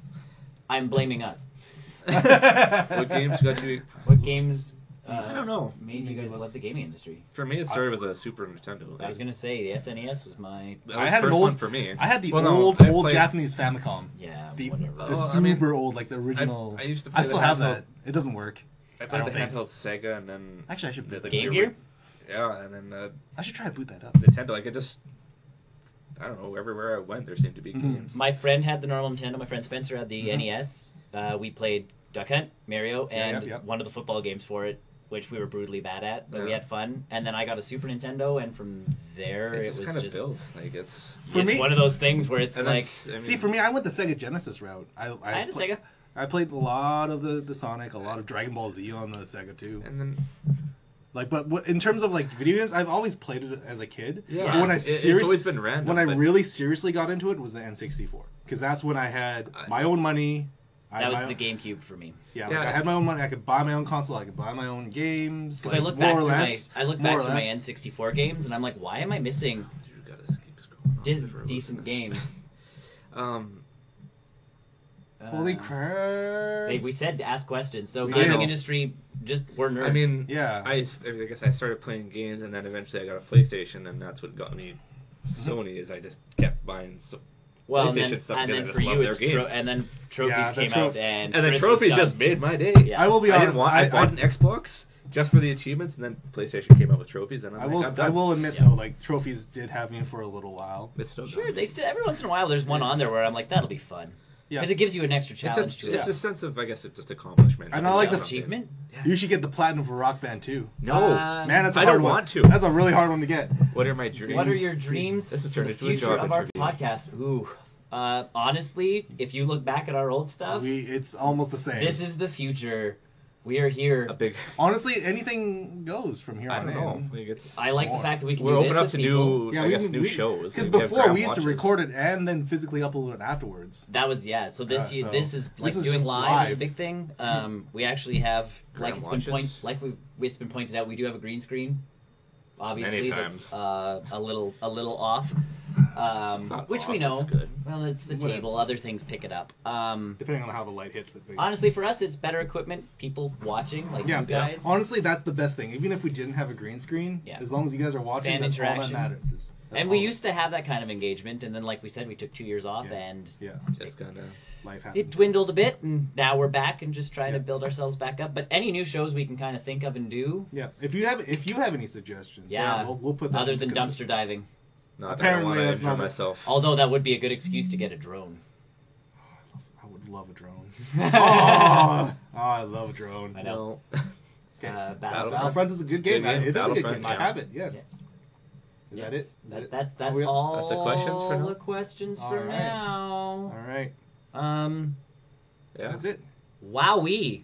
Speaker 1: I'm blaming us.
Speaker 3: (laughs) (laughs)
Speaker 2: (laughs)
Speaker 3: What games got you?
Speaker 1: What games? Uh,
Speaker 3: I don't know.
Speaker 1: Made you guys love the gaming industry.
Speaker 3: For me, it started with a Super Nintendo.
Speaker 1: I was gonna say the SNES was my
Speaker 3: that was
Speaker 2: I
Speaker 3: the
Speaker 2: had an
Speaker 3: first
Speaker 2: old-
Speaker 3: one for me.
Speaker 2: I had the
Speaker 3: Well, no,
Speaker 2: old
Speaker 3: I
Speaker 2: old
Speaker 3: played-
Speaker 2: Japanese Famicom.
Speaker 1: yeah
Speaker 2: The,
Speaker 1: whatever.
Speaker 2: the
Speaker 3: Oh, I
Speaker 2: super
Speaker 3: mean,
Speaker 2: old, like the original.
Speaker 3: I used to
Speaker 2: I
Speaker 3: play
Speaker 2: still
Speaker 3: the
Speaker 2: have
Speaker 3: handheld-
Speaker 2: that. It doesn't work.
Speaker 3: I
Speaker 2: I
Speaker 3: played
Speaker 2: don't
Speaker 3: the
Speaker 2: think-
Speaker 3: handheld Sega, and then
Speaker 2: Actually, I should boot
Speaker 3: the
Speaker 2: that.
Speaker 1: Game
Speaker 3: we
Speaker 1: Gear?
Speaker 3: were- Yeah, and then uh,
Speaker 2: I should try to boot that up.
Speaker 3: Nintendo. Like it just, I don't know. Everywhere I went, there seemed to be
Speaker 2: Hmm.
Speaker 3: games.
Speaker 1: My friend had the normal Nintendo. My friend Spencer had the NES. Uh, we played Duck Hunt, Mario,
Speaker 2: Mm-hmm. Yeah,
Speaker 1: and
Speaker 2: yep, yep.
Speaker 1: one of the football games for it, which we were brutally bad at, but we
Speaker 3: Yeah.
Speaker 1: had fun. And then I got a Super Nintendo, and from there
Speaker 3: It
Speaker 1: it,
Speaker 3: just
Speaker 1: was
Speaker 3: kind of
Speaker 1: just
Speaker 3: built. Like it's.
Speaker 1: it's
Speaker 2: For me-
Speaker 1: one of those things where it's
Speaker 3: and
Speaker 1: like
Speaker 3: that's- I mean,
Speaker 2: See, for me, I went the Sega Genesis route. I I,
Speaker 1: I had a
Speaker 2: pla-
Speaker 1: Sega.
Speaker 2: I played a lot of the, the Sonic, a lot of Dragon Ball Z on the Sega too.
Speaker 3: And then
Speaker 2: Like, but what, in terms of like video games, I've always played it as a kid.
Speaker 3: yeah,
Speaker 2: But when I
Speaker 3: it- it's
Speaker 2: seriously
Speaker 3: always been random.
Speaker 2: when I
Speaker 3: but
Speaker 2: really seriously got into it was the N64 because that's when I had
Speaker 3: I-
Speaker 2: my own money. I,
Speaker 1: Uh, that
Speaker 2: my-
Speaker 1: was the GameCube for me.
Speaker 2: Yeah, like,
Speaker 3: Yeah.
Speaker 2: I had my own money. I could buy my own console. I could buy my own games.
Speaker 1: Because
Speaker 2: like,
Speaker 1: I look
Speaker 2: more
Speaker 1: back
Speaker 2: or
Speaker 1: through
Speaker 2: less.
Speaker 1: my I look
Speaker 2: more
Speaker 1: back
Speaker 2: or
Speaker 1: through my
Speaker 2: less.
Speaker 1: N64 games, and I'm like, why am I missing
Speaker 3: you gotta skip scrolling. off
Speaker 1: de-
Speaker 3: if we're
Speaker 1: decent
Speaker 3: listening.
Speaker 1: games?
Speaker 3: (laughs) Um,
Speaker 1: Uh,
Speaker 2: Holy crap!
Speaker 1: They, we said to ask questions, so
Speaker 2: We
Speaker 1: gaming
Speaker 3: know.
Speaker 1: industry just we're nerds.
Speaker 3: I mean,
Speaker 2: yeah,
Speaker 3: I, s- I mean, I guess I started playing games, and then eventually I got a PlayStation, and that's what got me
Speaker 1: Mm-hmm.
Speaker 3: Sony. Is I just kept buying. So,
Speaker 1: well, and then,
Speaker 3: PlayStation stuff
Speaker 1: and
Speaker 3: because
Speaker 1: then
Speaker 3: I
Speaker 1: for
Speaker 3: just love
Speaker 1: you,
Speaker 3: their
Speaker 1: it's tro-
Speaker 3: games.
Speaker 1: and then trophies
Speaker 2: Yeah, the
Speaker 1: came
Speaker 2: tro-
Speaker 1: out, and
Speaker 3: and then
Speaker 1: Chris was
Speaker 3: trophies
Speaker 1: done.
Speaker 3: just made my day.
Speaker 1: Yeah.
Speaker 2: I will be
Speaker 3: I
Speaker 2: honest.
Speaker 3: didn't want. I,
Speaker 2: I-
Speaker 3: bought an Xbox just for the achievements, and then PlayStation came out with trophies, and I'm
Speaker 2: I
Speaker 3: like,
Speaker 2: will.
Speaker 3: I'm done.
Speaker 2: I will admit
Speaker 1: Yeah.
Speaker 2: though, like trophies did have me for a little while.
Speaker 3: It's still
Speaker 1: Sure,
Speaker 3: done.
Speaker 1: they still every once in a while there's one on there where I'm like, that'll be fun.
Speaker 2: Yeah.
Speaker 1: Because it gives you an extra
Speaker 3: It's,
Speaker 1: challenge
Speaker 3: a,
Speaker 1: to it.
Speaker 3: it's
Speaker 2: Yeah.
Speaker 3: a sense of, I guess, it's just accomplishment.
Speaker 2: And I like the-
Speaker 1: achievement.
Speaker 2: You should get the platinum for Rock Band too.
Speaker 3: No,
Speaker 1: Uh,
Speaker 2: Man, that's a
Speaker 3: I
Speaker 2: hard
Speaker 3: don't
Speaker 2: one.
Speaker 3: want to.
Speaker 2: That's a really hard one to get.
Speaker 3: what are my dreams?
Speaker 1: What are your dreams
Speaker 3: This has
Speaker 1: for
Speaker 3: turned
Speaker 1: the
Speaker 3: into a
Speaker 1: future
Speaker 3: job
Speaker 1: of our
Speaker 3: interview.
Speaker 1: podcast? Ooh. Uh, honestly, if you look back at our old stuff,
Speaker 2: We, it's almost the same.
Speaker 1: this is the future. We are here.
Speaker 3: a big.
Speaker 2: Honestly, anything goes from here
Speaker 3: I
Speaker 2: on
Speaker 3: don't
Speaker 2: in.
Speaker 3: know. Like it's.
Speaker 1: I like the
Speaker 2: More.
Speaker 1: fact that we can
Speaker 3: we're
Speaker 1: do
Speaker 3: open
Speaker 1: this
Speaker 3: up
Speaker 1: with
Speaker 3: to
Speaker 1: people.
Speaker 3: new, I guess, new shows.
Speaker 2: Because
Speaker 3: Like, we have
Speaker 2: before we
Speaker 3: grand
Speaker 2: used to
Speaker 3: watches.
Speaker 2: record it and then physically upload it afterwards.
Speaker 1: That was yeah. So this
Speaker 2: Yeah,
Speaker 1: year-
Speaker 2: so
Speaker 1: this is like
Speaker 2: this is
Speaker 1: doing
Speaker 2: just
Speaker 1: live, is a
Speaker 2: live.
Speaker 1: big thing. Um, we actually have like
Speaker 3: Grand
Speaker 1: it's
Speaker 3: watches.
Speaker 1: been point like we it's been pointed out we do have a green screen. Obviously,
Speaker 3: Many
Speaker 1: that's
Speaker 3: times.
Speaker 1: uh, a little a little off, um,
Speaker 3: It's not
Speaker 1: which we
Speaker 3: off,
Speaker 1: know.
Speaker 3: It's good.
Speaker 1: Well, it's the
Speaker 2: Whatever.
Speaker 1: table. Other things pick it up. Um,
Speaker 2: Depending on how the light hits it. but-
Speaker 1: honestly, for us, it's better equipment, people watching, like
Speaker 2: yeah,
Speaker 1: you guys.
Speaker 2: honestly, that's the best thing. Even if we didn't have a green screen,
Speaker 1: Yeah.
Speaker 2: as long as you guys are watching,
Speaker 1: Fan
Speaker 2: that's all
Speaker 1: interaction.
Speaker 2: that matters. That's
Speaker 1: and we
Speaker 2: all-
Speaker 1: used to have that kind of engagement, and then, like we said, we took two years off,
Speaker 2: Yeah.
Speaker 1: and
Speaker 2: yeah,
Speaker 3: Just kind of.
Speaker 2: life happens.
Speaker 1: it dwindled a bit, and now we're back and just trying
Speaker 2: Yeah.
Speaker 1: to build ourselves back up. But any new shows we can kind of think of and do,
Speaker 2: Yeah, if you have if you have any suggestions,
Speaker 1: Yeah.
Speaker 2: we'll, we'll put
Speaker 1: (laughs)
Speaker 2: that
Speaker 1: other
Speaker 2: into
Speaker 1: than
Speaker 2: consider-
Speaker 1: dumpster diving.
Speaker 3: Not
Speaker 2: Apparently
Speaker 3: that I
Speaker 2: that's
Speaker 3: want to injure
Speaker 2: not a-
Speaker 3: myself.
Speaker 1: Although that would be a good excuse to get a
Speaker 2: (laughs)
Speaker 1: drone.
Speaker 2: I would love a
Speaker 1: (laughs)
Speaker 2: drone. (laughs)
Speaker 1: Uh,
Speaker 2: oh, I love a drone.
Speaker 1: I know.
Speaker 2: (laughs)
Speaker 3: Well,
Speaker 2: Okay.
Speaker 1: Uh,
Speaker 3: Battlefront.
Speaker 2: Battlefront is a good game.
Speaker 3: Good
Speaker 2: It is
Speaker 3: game.
Speaker 2: a good
Speaker 3: Battlefront,
Speaker 2: game.
Speaker 3: yeah.
Speaker 2: I have it. Yes. Is that it? Is
Speaker 1: That,
Speaker 2: it?
Speaker 1: that's
Speaker 2: Are
Speaker 1: that's
Speaker 2: we-
Speaker 1: all.
Speaker 3: That's the questions for now?
Speaker 1: the questions for
Speaker 2: All right.
Speaker 1: now.
Speaker 2: All right.
Speaker 1: Um,
Speaker 3: yeah.
Speaker 2: That's it.
Speaker 1: wowee!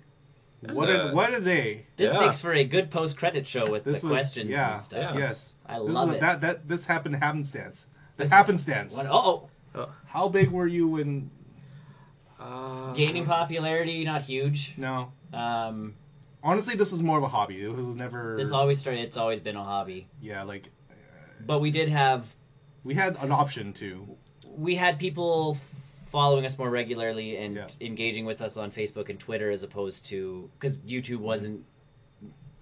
Speaker 3: And,
Speaker 2: what
Speaker 3: uh,
Speaker 2: a what a day.
Speaker 1: This
Speaker 3: Yeah.
Speaker 1: makes for a good post-credit show with
Speaker 2: This
Speaker 1: the
Speaker 2: was
Speaker 1: questions
Speaker 2: yeah,
Speaker 1: and stuff.
Speaker 3: Yeah.
Speaker 2: Yes.
Speaker 1: I
Speaker 2: this
Speaker 1: love
Speaker 2: is a,
Speaker 1: it.
Speaker 2: That that this happened happenstance. The
Speaker 1: This-
Speaker 2: happenstance.
Speaker 1: What, oh,
Speaker 2: How big were you when?
Speaker 3: Uh,
Speaker 1: gaining popularity, not huge.
Speaker 2: No.
Speaker 1: Um,
Speaker 2: Honestly, this was more of a hobby. It was never.
Speaker 1: this always started. It's always been a hobby,
Speaker 2: yeah, like
Speaker 1: but we did have
Speaker 2: we had an option to.
Speaker 1: we had people following us more regularly and
Speaker 2: Yeah.
Speaker 1: engaging with us on Facebook and Twitter as opposed to because YouTube wasn't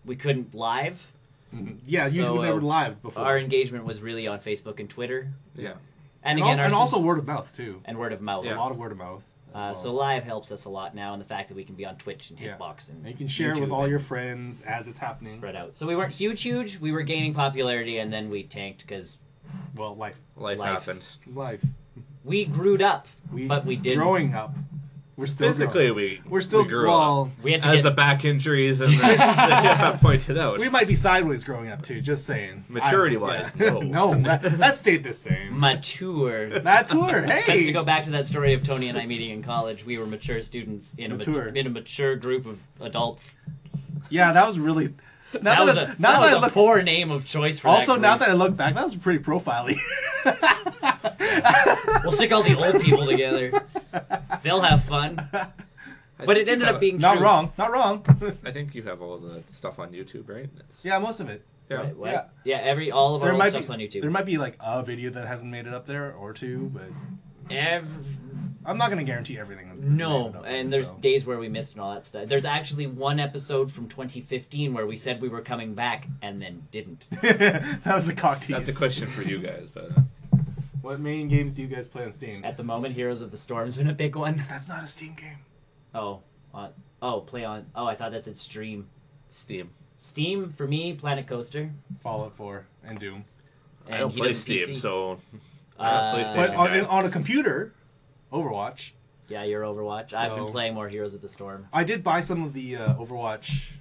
Speaker 1: we couldn't live.
Speaker 2: Yeah, usually
Speaker 1: So,
Speaker 2: we never
Speaker 1: uh,
Speaker 2: live before.
Speaker 1: Our engagement was really on Facebook and Twitter,
Speaker 3: Yeah.
Speaker 1: and,
Speaker 2: and,
Speaker 1: again,
Speaker 2: al-
Speaker 1: our
Speaker 2: and
Speaker 1: sus-
Speaker 2: also word of mouth too.
Speaker 1: and word of mouth.
Speaker 3: Yeah.
Speaker 2: A lot of word of mouth. as
Speaker 1: Uh,
Speaker 2: well.
Speaker 1: So live helps us a lot now, and the fact that we can be on Twitch and
Speaker 2: Yeah.
Speaker 1: Hitbox and,
Speaker 2: And you can share with
Speaker 1: YouTube
Speaker 2: all
Speaker 1: and
Speaker 2: your friends as it's happening.
Speaker 1: spread out. So we weren't huge, huge. We were gaining popularity, and then we tanked because
Speaker 2: Well, life,
Speaker 3: Life,
Speaker 1: Life.
Speaker 3: happened.
Speaker 2: life.
Speaker 1: we grewed up,
Speaker 2: We,
Speaker 1: but we didn't.
Speaker 2: growing up. We're still
Speaker 3: Physically, we
Speaker 2: growing. We're still
Speaker 3: we grew up.
Speaker 2: well.
Speaker 1: We had to
Speaker 3: As
Speaker 1: get
Speaker 3: the back
Speaker 1: (laughs)
Speaker 3: injuries and the, the I pointed out.
Speaker 2: We might be sideways growing up too. Just saying.
Speaker 3: Maturity-wise,
Speaker 2: I-
Speaker 3: no.
Speaker 2: (laughs) no. That, that stayed the same.
Speaker 1: mature.
Speaker 2: That
Speaker 1: (laughs)
Speaker 2: tour. Hey.
Speaker 1: Just to go back to that story of Tony and I meeting in college, we were mature students in a mature,
Speaker 2: Mature.
Speaker 1: in a mature group of adults.
Speaker 2: Yeah, that was really. Now
Speaker 1: that
Speaker 2: that,
Speaker 1: was
Speaker 2: I-
Speaker 1: a,
Speaker 2: now
Speaker 1: that was
Speaker 2: that
Speaker 1: a
Speaker 2: I look.
Speaker 1: poor name of choice for
Speaker 2: also, now
Speaker 1: group.
Speaker 2: that I look back, that was pretty profiling.
Speaker 1: we'll stick all the old people together. They'll have fun.
Speaker 3: I
Speaker 1: But
Speaker 3: think
Speaker 1: it
Speaker 3: you
Speaker 1: ended
Speaker 3: have-
Speaker 1: up being
Speaker 2: (laughs) not
Speaker 1: true.
Speaker 2: wrong. Not wrong. (laughs)
Speaker 3: I think you have all the stuff on YouTube, right? That's,
Speaker 2: yeah, most of it.
Speaker 3: Yeah.
Speaker 1: Right, what? Yeah. every all of our
Speaker 2: There
Speaker 1: old
Speaker 2: might
Speaker 1: stuff's
Speaker 2: be
Speaker 1: on
Speaker 2: there
Speaker 1: YouTube.
Speaker 2: might be like a video that hasn't made it up there or two, but
Speaker 1: Every,
Speaker 2: I'm not gonna guarantee everything. that's been made
Speaker 1: no,
Speaker 2: up there,
Speaker 1: and there's
Speaker 2: so.
Speaker 1: days where we missed and all that stuff. There's actually one episode from 2015 where we said we were coming back and then didn't.
Speaker 2: (laughs) that was a cock tease.
Speaker 3: That's a question for you guys, but uh,
Speaker 2: What main games do you guys play on Steam?
Speaker 1: At the moment, Heroes of the Storm's been a big one.
Speaker 2: That's not a Steam game.
Speaker 1: Oh, on, oh, play on. Oh, I thought that said stream.
Speaker 3: Steam.
Speaker 1: Steam for me, Planet Coaster.
Speaker 2: Fallout 4 and Doom.
Speaker 1: And
Speaker 3: I don't
Speaker 1: he
Speaker 3: play
Speaker 1: doesn't
Speaker 3: Steam,
Speaker 1: PC.
Speaker 3: so
Speaker 1: Uh,
Speaker 3: PlayStation.
Speaker 2: But on,
Speaker 3: Yeah.
Speaker 2: on a computer, Overwatch.
Speaker 1: Yeah, you're Overwatch. I've been
Speaker 2: So-
Speaker 1: playing more Heroes of the Storm.
Speaker 2: I did buy some of the uh, Overwatch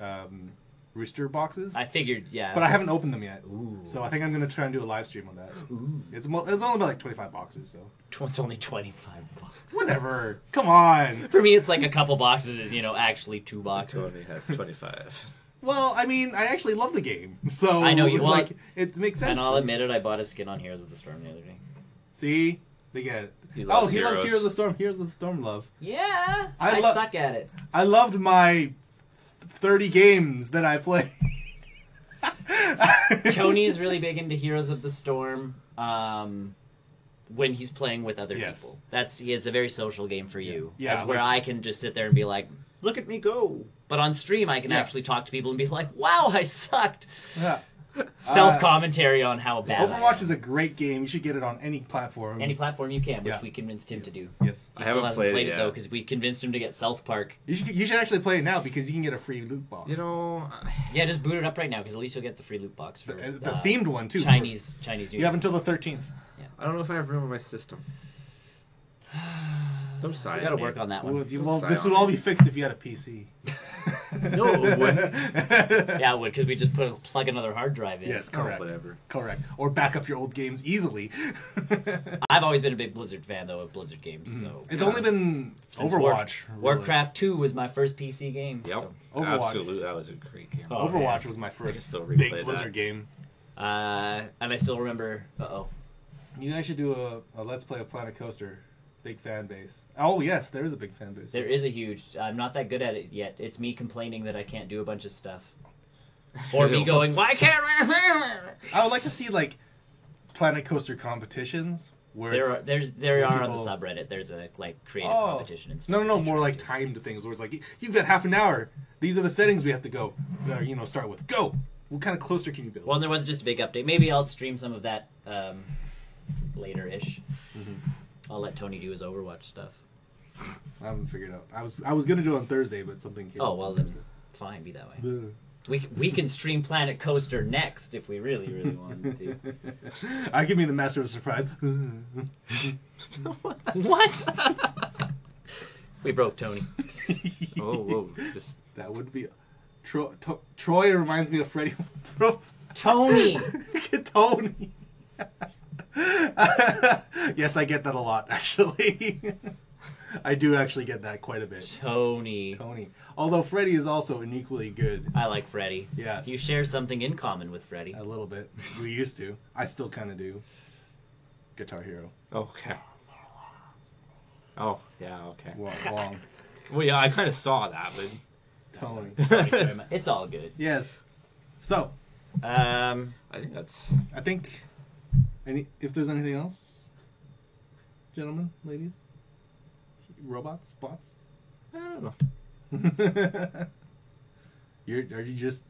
Speaker 2: um, rooster boxes,
Speaker 1: I figured, yeah.
Speaker 2: but I haven't opened them yet.
Speaker 1: Ooh.
Speaker 2: So I think I'm gonna try and do a live stream on that.
Speaker 1: Ooh.
Speaker 2: It's mo- it's only about like 25 boxes, so
Speaker 1: Tw- It's only 25 bucks.
Speaker 2: whatever. Come on.
Speaker 1: For me, it's like a couple boxes is, you know, actually two boxes.
Speaker 3: Tony has 25.
Speaker 1: (laughs)
Speaker 2: Well, I mean, I actually love the game, (laughs) so
Speaker 1: I know you- well,
Speaker 2: like it makes sense.
Speaker 1: And I'll
Speaker 2: for me.
Speaker 1: admit it, I bought a skin on Heroes of the Storm the other day.
Speaker 2: See, they get it.
Speaker 3: He
Speaker 2: oh,
Speaker 3: loves
Speaker 2: he loves
Speaker 3: Heroes.
Speaker 2: Heroes of the Storm. Heroes of the Storm, love.
Speaker 1: Yeah. I,
Speaker 2: I lo-
Speaker 1: suck at it.
Speaker 2: I loved my 30 games that I (laughs) play.
Speaker 1: Tony is really big into Heroes of the Storm. Um. When he's playing with other
Speaker 2: Yes.
Speaker 1: people, that's it's a very social game for you.
Speaker 2: Yeah,
Speaker 1: that's where I can just sit there and be like, "Look at me go!" But on stream, I can
Speaker 2: Yeah.
Speaker 1: actually talk to people and be like, "Wow, I sucked."
Speaker 2: Yeah.
Speaker 1: Self commentary on how bad I
Speaker 2: Uh, Overwatch
Speaker 1: am.
Speaker 2: is a great game. You should get it on any platform.
Speaker 1: any platform you can, which
Speaker 2: Yeah.
Speaker 1: we convinced him to do. He
Speaker 2: yes.
Speaker 3: I
Speaker 1: still
Speaker 3: haven't
Speaker 1: hasn't
Speaker 3: played
Speaker 1: played,
Speaker 3: it
Speaker 1: it
Speaker 3: yet.
Speaker 1: though because we convinced him to get South Park.
Speaker 2: You should you should actually play it now because you can get a free loot box.
Speaker 3: You know, I-
Speaker 1: Yeah, just boot it up right now because at least you'll get the free loot box for
Speaker 2: the, uh, the
Speaker 1: uh,
Speaker 2: themed one too. for-
Speaker 1: Chinese Chinese New
Speaker 2: You
Speaker 1: Year.
Speaker 2: have until the 13th.
Speaker 3: I don't know if I have room in my system. Don't sigh.
Speaker 1: we gotta
Speaker 3: at me.
Speaker 1: work on that
Speaker 2: (sighs) Well,
Speaker 1: one.
Speaker 2: do you- well,
Speaker 3: Sign
Speaker 2: this would
Speaker 3: on.
Speaker 2: all be fixed if you had a PC.
Speaker 3: No, it wouldn't.
Speaker 2: (laughs)
Speaker 1: Yeah, it would because we just put a, plug another hard drive in. (laughs)
Speaker 2: Yes,
Speaker 3: Oh,
Speaker 2: correct.
Speaker 3: whatever.
Speaker 2: Correct. Or back up your old games easily.
Speaker 1: I've always been a big Blizzard fan though of Blizzard games. So
Speaker 2: Mm-hmm. it's only been
Speaker 1: Since War-
Speaker 2: Overwatch. really.
Speaker 1: Warcraft Two was my first PC game.
Speaker 3: Yep.
Speaker 2: Overwatch.
Speaker 3: Absolutely. That was a great game.
Speaker 1: Oh,
Speaker 2: Overwatch was my
Speaker 3: I can
Speaker 2: first
Speaker 3: still
Speaker 2: big
Speaker 3: replay that.
Speaker 2: Blizzard game.
Speaker 1: so, uh, and I still remember. Uh oh.
Speaker 2: You guys should do a, a Let's Play of Planet Coaster. Big fan base. Oh yes, there is a big fan base.
Speaker 1: There is a huge. I'm not that good at it yet. It's me complaining that I can't do a bunch of stuff, or me going, "Why can't?" I?
Speaker 2: I would like to see like Planet Coaster competitions where
Speaker 1: There
Speaker 2: it's-
Speaker 1: are there's there
Speaker 2: where
Speaker 1: are on the
Speaker 2: people-
Speaker 1: subreddit. There's a like creative
Speaker 2: Oh.
Speaker 1: competition and stuff.
Speaker 2: No, no, no.
Speaker 1: that you
Speaker 2: More
Speaker 1: try
Speaker 2: like
Speaker 1: to do.
Speaker 2: timed things where it's like, you've got half an hour. These are the settings we have to go. Uh, you know, start with go. What kind of cluster can you build?
Speaker 1: Well, and there was just a big update. Maybe I'll stream some of that um, later ish. I'll let Tony do his Overwatch stuff.
Speaker 2: I haven't figured out. I was I was gonna do it on Thursday, but something came.
Speaker 1: Oh
Speaker 2: up
Speaker 1: well,
Speaker 2: on
Speaker 1: then
Speaker 2: Thursday.
Speaker 1: fine, be that way.
Speaker 2: Bleh.
Speaker 1: We c- we can stream Planet Coaster next if we really really wanted to.
Speaker 2: (laughs) I give me the master of surprise. (laughs)
Speaker 1: what? we broke Tony.
Speaker 3: Oh, whoa. Just
Speaker 2: that would be. Tro- to- Troy reminds me of Freddy (laughs) from
Speaker 1: Tony.
Speaker 2: Tony. (laughs) yes, I get that a lot. (laughs) Actually, I do actually get that quite a bit.
Speaker 1: Tony.
Speaker 2: Tony. Although Freddy is also an equally good.
Speaker 1: I like Freddy.
Speaker 2: Yes.
Speaker 1: You share something in common with Freddy.
Speaker 2: A little bit. We used to. I still kind of do. Guitar Hero.
Speaker 3: okay. Oh yeah, okay.
Speaker 1: (laughs)
Speaker 2: Wong, Wong.
Speaker 3: Well, yeah, I kind of saw that,
Speaker 1: (laughs)
Speaker 2: Tony.
Speaker 1: Thanks very
Speaker 3: but
Speaker 1: much. It's all good.
Speaker 2: Yes. So,
Speaker 1: Um,
Speaker 3: I think that's
Speaker 2: I think any if there's anything else, gentlemen, ladies, robots, bots. (laughs)
Speaker 3: I don't know.
Speaker 2: You're are you just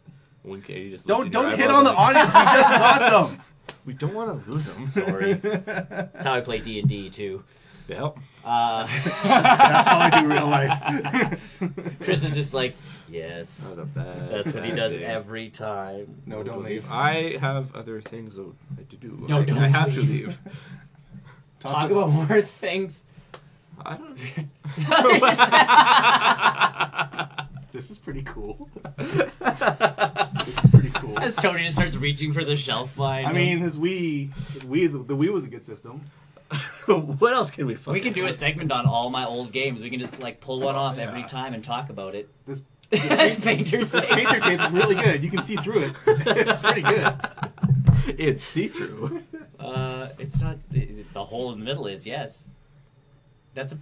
Speaker 3: We can, you just
Speaker 2: don't
Speaker 3: lifted your
Speaker 2: don't hit
Speaker 3: eyebrows
Speaker 2: on the
Speaker 3: like,
Speaker 2: audience. We just
Speaker 3: (laughs)
Speaker 2: got them.
Speaker 3: We don't want to lose
Speaker 2: (laughs)
Speaker 3: them. (laughs) Sorry.
Speaker 1: that's how I play D and D too.
Speaker 3: yep.
Speaker 1: Uh,
Speaker 2: (laughs)
Speaker 1: (laughs)
Speaker 2: That's how I do real life.
Speaker 1: Chris is just like,
Speaker 3: That was
Speaker 1: yes.
Speaker 3: a bad.
Speaker 1: That's what he
Speaker 3: bad
Speaker 1: does
Speaker 3: day.
Speaker 1: every time.
Speaker 2: no, don't
Speaker 3: Believe-
Speaker 2: leave.
Speaker 3: I have other things that I have to do.
Speaker 1: No,
Speaker 3: I,
Speaker 1: don't
Speaker 3: I (laughs) have to
Speaker 1: leave.
Speaker 3: leave.
Speaker 1: Talk about more (laughs) things.
Speaker 3: I don't.
Speaker 2: This is pretty cool. (laughs)
Speaker 1: (laughs)
Speaker 2: this is pretty cool.
Speaker 1: As Tony just starts reaching for the shelf line.
Speaker 2: I mean, his Wii, his Wii is, the Wii was a good system.
Speaker 3: what else can we find?
Speaker 1: we can do a (laughs) segment on all my old games. We can just like pull one off every
Speaker 2: Yeah.
Speaker 1: time and talk about it. (laughs)
Speaker 2: This,
Speaker 1: That's painter's
Speaker 2: this painter tape is really good. You can see through it. (laughs) It's pretty good.
Speaker 3: It's see through.
Speaker 1: Uh, it's not the, the hole in the middle is yes. That's a.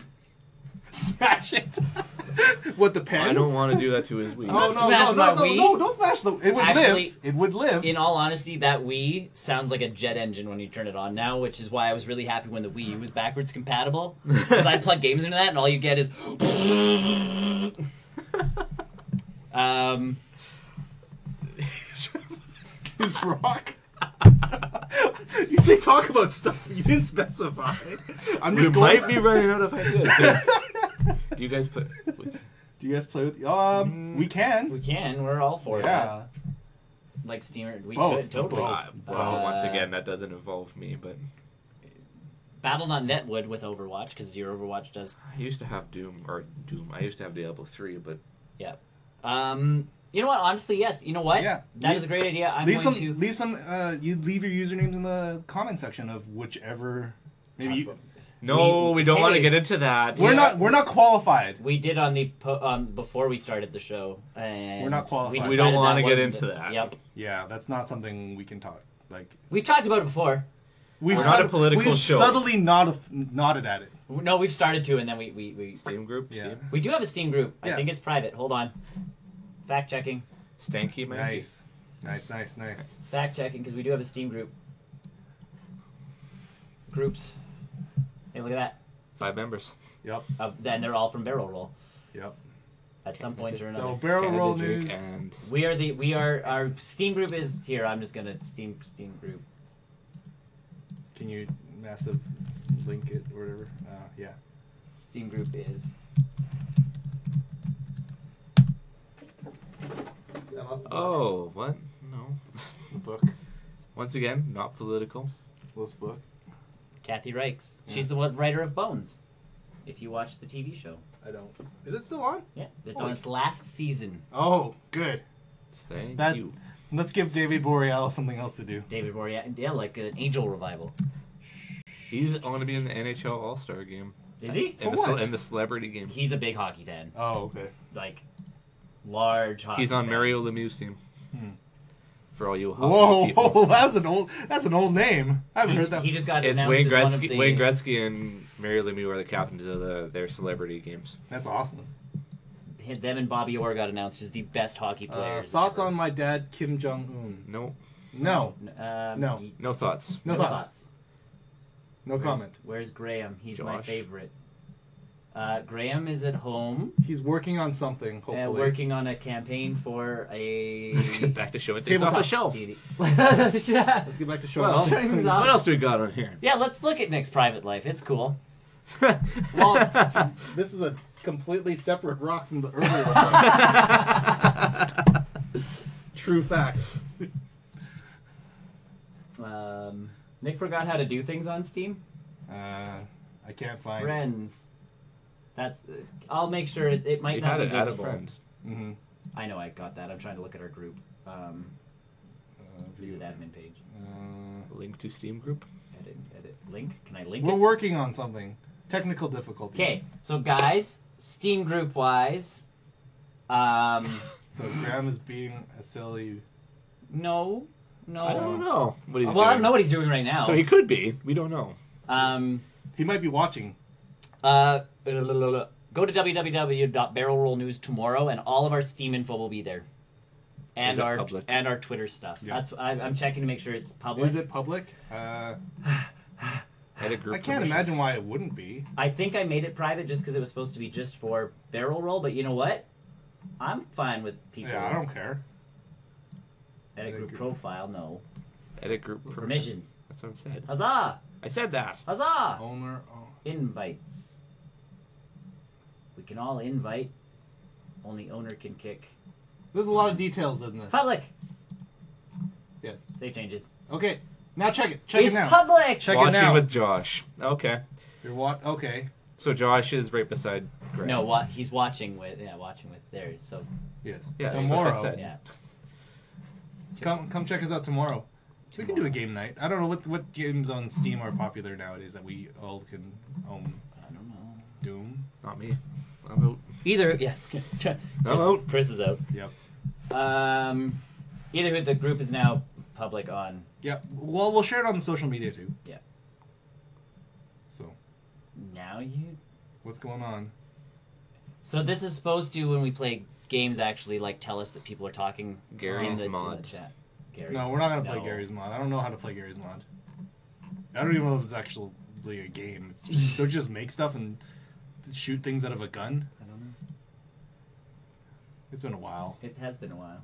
Speaker 1: (laughs)
Speaker 2: Smash it. (laughs) what the pen?
Speaker 3: Oh, I don't want to do that to his week.
Speaker 2: Oh no,
Speaker 3: (laughs)
Speaker 1: Smash
Speaker 2: no,
Speaker 1: my
Speaker 2: no, no,
Speaker 1: Wii.
Speaker 2: no! Don't smash the. It would
Speaker 1: Actually,
Speaker 2: live. It would live.
Speaker 1: In all honesty, that Wii sounds like a jet engine when you turn it on now, which is why I was really happy when the Wii U was backwards compatible. Because I plug games into that, and all you get is. (laughs) um,
Speaker 2: Is rock. (laughs) you say talk about stuff you didn't specify. (laughs) I'm
Speaker 3: We
Speaker 2: just going.
Speaker 3: might be running out of ideas. do you guys put? With,
Speaker 2: Do you guys play with? Um, we
Speaker 1: we
Speaker 2: can.
Speaker 1: can. We're all
Speaker 3: Mm.
Speaker 1: for that.
Speaker 2: Yeah.
Speaker 1: Like Steamer, we
Speaker 2: Both,
Speaker 1: could totally.
Speaker 2: both.
Speaker 3: uh, well, once again, that doesn't involve me, but
Speaker 1: Battle.net would with Overwatch because your Overwatch does.
Speaker 3: I used to have Doom or Doom. I used to have Diablo three, but
Speaker 1: Yeah. Um, you know what? Honestly, yes. You know what?
Speaker 2: Yeah.
Speaker 1: That
Speaker 2: Leave-
Speaker 1: is a great idea. I'm
Speaker 2: leave
Speaker 1: going
Speaker 2: some.
Speaker 1: to.
Speaker 2: Leave some. Uh, you leave your usernames in the comment section of whichever. Maybe you,
Speaker 3: no, we, don't want
Speaker 1: hey.
Speaker 3: to get into that.
Speaker 2: we're not. We're not qualified.
Speaker 1: We did on the po- um, before we started the show. And
Speaker 2: We're not qualified. We
Speaker 3: don't
Speaker 1: decided that
Speaker 3: wanna get
Speaker 1: wasn't
Speaker 3: into
Speaker 1: the-
Speaker 3: that.
Speaker 1: Yep,
Speaker 2: Yeah, that's not something we can talk. Like
Speaker 1: we've talked about it before.
Speaker 2: we've
Speaker 3: We're not a
Speaker 2: sud-
Speaker 3: political
Speaker 2: we've
Speaker 3: show.
Speaker 2: subtly nod- nodded at it.
Speaker 1: No, we've started to, and then we we we,
Speaker 3: Steam group.
Speaker 2: Yeah.
Speaker 1: we do have a Steam group. I
Speaker 2: Yeah.
Speaker 1: think it's private. Hold on, fact checking,
Speaker 3: Steam? Stanky man.
Speaker 2: Nice, nice, nice, nice.
Speaker 1: fact checking, because we do have a Steam group. Groups. Hey, look at that.
Speaker 3: Five members.
Speaker 2: Yep,
Speaker 1: Uh, then they're all from Barrel Roll
Speaker 2: yep.
Speaker 1: at some point or another.
Speaker 2: So barrel
Speaker 3: Canada
Speaker 2: roll
Speaker 3: Jake
Speaker 2: news.
Speaker 3: And
Speaker 1: we are the we are our Steam group is here. I'm just gonna Steam Steam group.
Speaker 2: Can you massive link it or whatever? Uh, yeah.
Speaker 1: Steam group is.
Speaker 3: oh, what? No.
Speaker 2: book.
Speaker 3: Once again, not political.
Speaker 2: This book.
Speaker 1: Kathy Reichs. She's
Speaker 2: Yeah.
Speaker 1: the one writer of Bones. If you watch the TV show,
Speaker 2: I don't. Is it still on?
Speaker 1: Yeah, it's on its last season.
Speaker 2: Oh, good.
Speaker 3: Thank
Speaker 2: That-
Speaker 3: you.
Speaker 2: Let's give David Borealis something else to do.
Speaker 1: David Borealis, yeah, like an angel revival.
Speaker 3: He's going to be in the NHL All Star game
Speaker 1: Is he?
Speaker 2: For
Speaker 3: and the, ce-
Speaker 2: what?
Speaker 3: and the celebrity game.
Speaker 1: He's a big hockey fan,
Speaker 2: Oh, okay.
Speaker 1: like large hockey.
Speaker 3: He's on
Speaker 1: fan.
Speaker 3: Mario Lemieux's team. For all you hockey
Speaker 2: Hmm. Whoa, (laughs)
Speaker 3: people.
Speaker 2: whoa, that's an old that's an old name. I haven't
Speaker 1: He,
Speaker 2: heard that.
Speaker 1: he just got
Speaker 3: It's
Speaker 1: announced
Speaker 3: Wayne
Speaker 1: as one of
Speaker 3: Gretzky.
Speaker 1: the- uh,
Speaker 3: Wayne Gretzky and Mario Lemieux are the captains of the, their celebrity games.
Speaker 2: that's awesome.
Speaker 1: him- Them and Bobby Orr got announced as the best hockey
Speaker 2: Uh,
Speaker 1: players.
Speaker 2: thoughts
Speaker 1: ever.
Speaker 2: on my dad Kim Jong Un?
Speaker 3: No,
Speaker 2: No,
Speaker 1: Um,
Speaker 2: No.
Speaker 1: he-
Speaker 2: (laughs)
Speaker 3: no thoughts.
Speaker 2: no, thoughts. No comment.
Speaker 1: Where's Graham? He's my
Speaker 3: Josh.
Speaker 1: favorite. Uh, Graham is at home
Speaker 2: He's working on something. Hopefully,
Speaker 1: uh, working on a campaign for a.
Speaker 3: (laughs) Let's get back to showing things off
Speaker 2: Tabletop.
Speaker 3: the shelf.
Speaker 1: TV.
Speaker 2: Let's get back to showing.
Speaker 3: Well,
Speaker 1: Showing
Speaker 3: (laughs)
Speaker 1: things off.
Speaker 3: what else do we got on here?
Speaker 1: (laughs) yeah, let's look at Nick's private life. It's
Speaker 3: (laughs)
Speaker 1: cool.
Speaker 2: (laughs) Well, this is a completely separate rock from the earlier one. True fact.
Speaker 1: Um, Nick forgot how to do things on Steam.
Speaker 2: Uh, I can't find.
Speaker 1: Friends. That's. Uh, I'll make sure it, it might
Speaker 3: (laughs) you
Speaker 1: not
Speaker 3: had
Speaker 1: be
Speaker 3: it. Add a
Speaker 1: visible.
Speaker 3: friend.
Speaker 2: Mm-hmm.
Speaker 1: I know I got that. I'm trying to look at our group. Um,
Speaker 2: Uh,
Speaker 1: visit admin page.
Speaker 3: Link to Steam group.
Speaker 1: Edit. Edit. Link. Can I link
Speaker 2: we're
Speaker 1: it?
Speaker 2: working on something. Technical difficulties.
Speaker 1: Okay, so guys, Steam group wise,
Speaker 3: (laughs)
Speaker 1: um,
Speaker 2: So Graham is being a silly.
Speaker 1: no, no.
Speaker 3: I don't know what he's
Speaker 1: Well,
Speaker 3: doing.
Speaker 1: I don't know what he's doing right now.
Speaker 3: So he could be. We don't know.
Speaker 1: um,
Speaker 2: He might be watching.
Speaker 1: uh, go to www.barrelrollnews tomorrow, and all of our Steam info will be there, and
Speaker 3: Is it
Speaker 1: our
Speaker 3: public?
Speaker 1: and our Twitter stuff.
Speaker 2: Yeah.
Speaker 1: That's I, I'm checking to make sure it's public.
Speaker 2: Is it public? Uh,
Speaker 3: At a group
Speaker 2: I can't
Speaker 3: permissions.
Speaker 2: imagine why it wouldn't be.
Speaker 1: I think I made it private just because it was supposed to be just for barrel roll. But you know what? I'm fine with people
Speaker 2: Yeah, I don't care.
Speaker 1: at a group profile. No
Speaker 3: Edit group permissions.
Speaker 1: permissions.
Speaker 3: That's what I said.
Speaker 1: Huzzah!
Speaker 3: I said that.
Speaker 1: Huzzah!
Speaker 2: Owner. uh,
Speaker 1: invites. We can all invite. Only owner can kick.
Speaker 2: There's a lot of details in this.
Speaker 1: Public.
Speaker 2: Yes.
Speaker 1: Save changes.
Speaker 2: Okay. Now check it. Check
Speaker 1: it's
Speaker 2: it now.
Speaker 1: public.
Speaker 2: Check it
Speaker 3: Watching
Speaker 2: now.
Speaker 3: with Josh. Okay.
Speaker 2: You're what? Okay.
Speaker 3: So Josh is right beside. Greg.
Speaker 1: No, what he's watching with. Yeah, watching with. There. So
Speaker 2: Yes.
Speaker 3: Yeah, that's what I
Speaker 2: tomorrow.
Speaker 3: said.
Speaker 1: yeah.
Speaker 2: Come come check us out tomorrow. We can do a game night. I don't know what what games on Steam are popular nowadays that we all can own.
Speaker 1: I don't know.
Speaker 2: Doom.
Speaker 3: Not me. I'm out.
Speaker 1: Either.
Speaker 2: (laughs)
Speaker 1: Yeah. Chris,
Speaker 3: out.
Speaker 1: Chris is out.
Speaker 2: Yep.
Speaker 1: Um, either way, the group is now public on.
Speaker 2: Yep. Well, we'll share it on the social media too.
Speaker 1: Yeah.
Speaker 2: So,
Speaker 1: Now you.
Speaker 2: what's going on?
Speaker 1: So this is supposed to when we play games actually like tell us that people are talking in
Speaker 3: Gary's
Speaker 1: the, in
Speaker 3: mod.
Speaker 1: the chat. Gary's
Speaker 2: No, we're not gonna play
Speaker 1: No.
Speaker 2: Gary's mod. I don't know how to play Gary's mod. I don't even know if it's actually a game. It's they just make stuff and shoot things out of a gun.
Speaker 1: I don't know.
Speaker 2: It's been a while.
Speaker 1: It has been a while.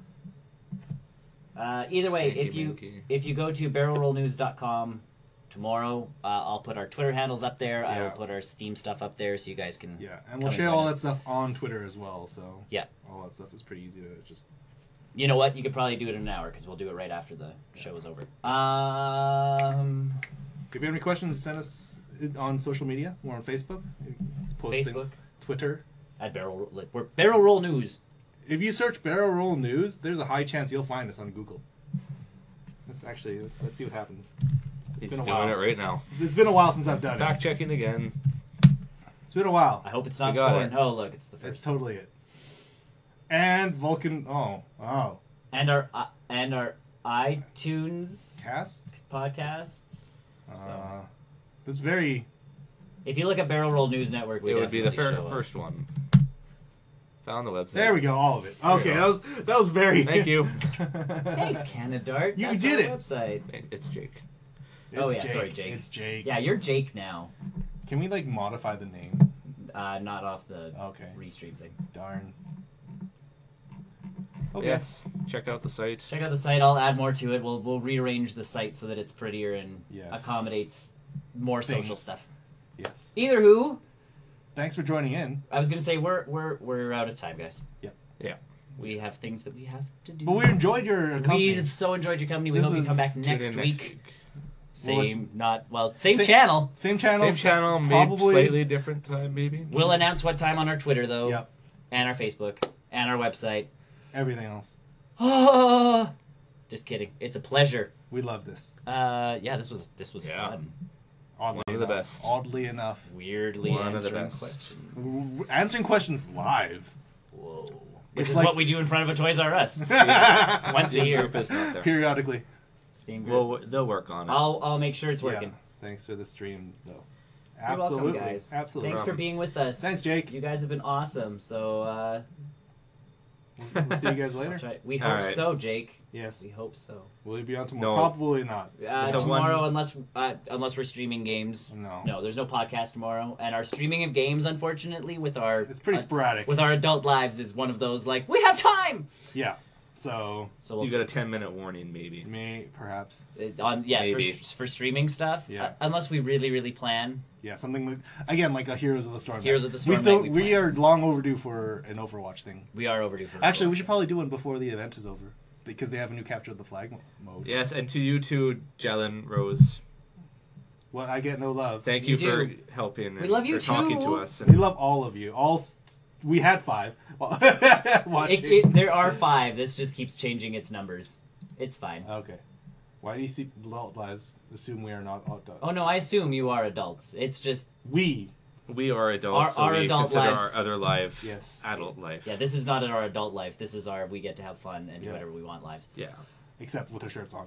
Speaker 1: Uh, either way,
Speaker 3: Stanky
Speaker 1: if you
Speaker 3: manky.
Speaker 1: if you go to barrelrollnews.com tomorrow, uh, I'll put our Twitter handles up there. I will
Speaker 2: Yeah.
Speaker 1: put our Steam stuff up there, so you guys can.
Speaker 2: Yeah, and we'll
Speaker 1: Come
Speaker 2: share
Speaker 1: join
Speaker 2: all
Speaker 1: us.
Speaker 2: that stuff on Twitter as well. So
Speaker 1: Yeah.
Speaker 2: all that stuff is pretty easy to just.
Speaker 1: You know what? You could probably do it in an hour because we'll do it right after the show is over. Um,
Speaker 2: If you have any questions, send us it on social media. We're on Facebook. It's post
Speaker 1: Facebook.
Speaker 2: Things, Twitter.
Speaker 1: at barrel, like, we're barrel roll news.
Speaker 2: If you search Barrel Roll News, there's a high chance you'll find us on Google. Let's actually let's, let's see what happens.
Speaker 3: He's
Speaker 2: been a
Speaker 3: doing
Speaker 2: while.
Speaker 3: it right now.
Speaker 2: It's been a while since I've done it.
Speaker 3: Fact checking again.
Speaker 2: It's been a while.
Speaker 1: I hope it's not
Speaker 3: We got
Speaker 1: porn.
Speaker 3: it.
Speaker 1: Oh, look, it's the
Speaker 2: That's
Speaker 1: first.
Speaker 2: totally it. And Vulcan. Oh, oh,
Speaker 1: and our uh, and our iTunes
Speaker 2: cast.
Speaker 1: podcasts.
Speaker 2: Uh, this very
Speaker 1: If you look at Barrel Roll News Network, we
Speaker 3: it would be the
Speaker 1: definitely
Speaker 3: fir-
Speaker 1: show up.
Speaker 3: first one. Found the website.
Speaker 2: There we go, all of it.
Speaker 3: There we
Speaker 2: Okay,
Speaker 3: go.
Speaker 2: that was that was very.
Speaker 3: Thank
Speaker 2: (laughs)
Speaker 3: you.
Speaker 1: Thanks, Canadart.
Speaker 2: You
Speaker 1: That's
Speaker 2: did
Speaker 1: our
Speaker 2: it.
Speaker 1: Website.
Speaker 3: It's Jake.
Speaker 1: Oh,
Speaker 2: It's
Speaker 1: yeah, sorry, Jake.
Speaker 2: It's Jake.
Speaker 1: Yeah, you're Jake now.
Speaker 2: Can we like modify the name?
Speaker 1: Uh, not off the
Speaker 2: Okay.
Speaker 1: restream thing.
Speaker 2: Darn. Okay.
Speaker 3: Yes. Check out the site.
Speaker 1: Check out the site. I'll add more to it. We'll we'll rearrange the site so that it's prettier and
Speaker 2: Yes.
Speaker 1: accommodates more social
Speaker 2: Things.
Speaker 1: stuff.
Speaker 2: Yes.
Speaker 1: Either who,
Speaker 2: Thanks for joining in.
Speaker 1: I was gonna say we're we're we're out of time, guys.
Speaker 3: Yeah.
Speaker 1: We have things that we have to do.
Speaker 2: But we enjoyed your company.
Speaker 1: We so enjoyed your company. We
Speaker 2: This
Speaker 1: hope you come
Speaker 2: is-
Speaker 1: back
Speaker 2: tune
Speaker 1: next
Speaker 3: Tune in
Speaker 1: week Same, not well, same,
Speaker 2: Same-
Speaker 1: channel.
Speaker 2: Same channel.
Speaker 3: Same channel, maybe
Speaker 2: probably.
Speaker 3: slightly different time, maybe.
Speaker 1: We'll
Speaker 3: (laughs)
Speaker 1: announce what time on our Twitter though,
Speaker 2: Yep.
Speaker 1: and our Facebook, and our website.
Speaker 2: Everything else.
Speaker 1: (gasps) Just kidding. It's a pleasure.
Speaker 2: We love this.
Speaker 1: Uh, yeah, this was this was
Speaker 3: Yeah.
Speaker 1: fun.
Speaker 2: Oddly
Speaker 3: One of the
Speaker 2: enough.
Speaker 3: best.
Speaker 2: Oddly enough,
Speaker 1: Weirdly
Speaker 3: One of the
Speaker 1: answering
Speaker 3: best.
Speaker 1: questions.
Speaker 2: W- w- answering questions live.
Speaker 1: Whoa. Which
Speaker 2: It's
Speaker 1: is
Speaker 2: like-
Speaker 1: what we do in front of a Toys R
Speaker 3: (laughs)
Speaker 1: Us once a
Speaker 3: Steam
Speaker 1: year.
Speaker 3: group is not there.
Speaker 2: Periodically.
Speaker 1: Steam group.
Speaker 3: Well, w- they'll work on it.
Speaker 1: I'll I'll make sure it's working.
Speaker 2: Thanks for the stream, though.
Speaker 1: You're
Speaker 2: Absolutely.
Speaker 1: welcome, guys.
Speaker 2: Absolutely.
Speaker 1: Thanks for being with us.
Speaker 2: Thanks,
Speaker 1: (laughs)
Speaker 2: Jake.
Speaker 1: You guys have been awesome. So uh,
Speaker 2: We'll see you guys later.
Speaker 1: that's right. we
Speaker 3: All
Speaker 1: hope
Speaker 3: right.
Speaker 1: so, Jake.
Speaker 2: Yes.
Speaker 1: We hope so.
Speaker 2: Will you be on tomorrow?
Speaker 3: No.
Speaker 2: Probably not.
Speaker 1: Uh,
Speaker 3: It's a one-
Speaker 1: tomorrow, unless uh, unless we're streaming games.
Speaker 2: No.
Speaker 1: No, there's no podcast tomorrow, and our streaming of games, unfortunately, with our
Speaker 2: It's pretty
Speaker 1: uh,
Speaker 2: sporadic.
Speaker 1: with our adult lives, is one of those like we have time.
Speaker 2: yeah. So,
Speaker 1: So we'll
Speaker 3: you got a 10 minute warning, maybe.
Speaker 2: me, perhaps.
Speaker 1: see. Uh, on yeah for,
Speaker 3: Maybe.
Speaker 1: s- for streaming stuff.
Speaker 2: Yeah.
Speaker 1: Uh, unless we really really plan.
Speaker 2: Yeah, something like, again like a Heroes of the Storm.
Speaker 1: Heroes
Speaker 2: night.
Speaker 1: of the Storm
Speaker 2: We still
Speaker 1: night we
Speaker 2: we
Speaker 1: plan.
Speaker 2: are long overdue for an Overwatch thing.
Speaker 1: We are overdue for
Speaker 2: Actually, we should probably do one before the event is over because they have a new capture of the flag mo- mode.
Speaker 3: Yes, and to you too, Jalen Rose.
Speaker 2: What I get no love.
Speaker 3: Thank
Speaker 1: You
Speaker 3: you, for
Speaker 1: do.
Speaker 3: helping. And
Speaker 1: love you
Speaker 3: for talking
Speaker 1: too.
Speaker 3: to us.
Speaker 2: we
Speaker 3: And
Speaker 2: love all of you. All s- we had five. (laughs)
Speaker 1: It,
Speaker 2: Watching.
Speaker 1: it, there are five. This just keeps changing its numbers. It's fine.
Speaker 2: Okay. Why do you see adult lives assume we are not adult?
Speaker 1: Oh no, I assume you are adults. It's just
Speaker 2: We.
Speaker 3: we are adults,
Speaker 1: Our-
Speaker 3: so
Speaker 1: our
Speaker 3: we
Speaker 1: adult
Speaker 3: consider
Speaker 1: lives.
Speaker 3: our other life
Speaker 2: Yes.
Speaker 3: adult life.
Speaker 1: yeah. This is not in our adult life. This is our we get to have fun and do
Speaker 2: Yeah.
Speaker 1: whatever we want lives.
Speaker 3: yeah.
Speaker 2: Except with our shirts on.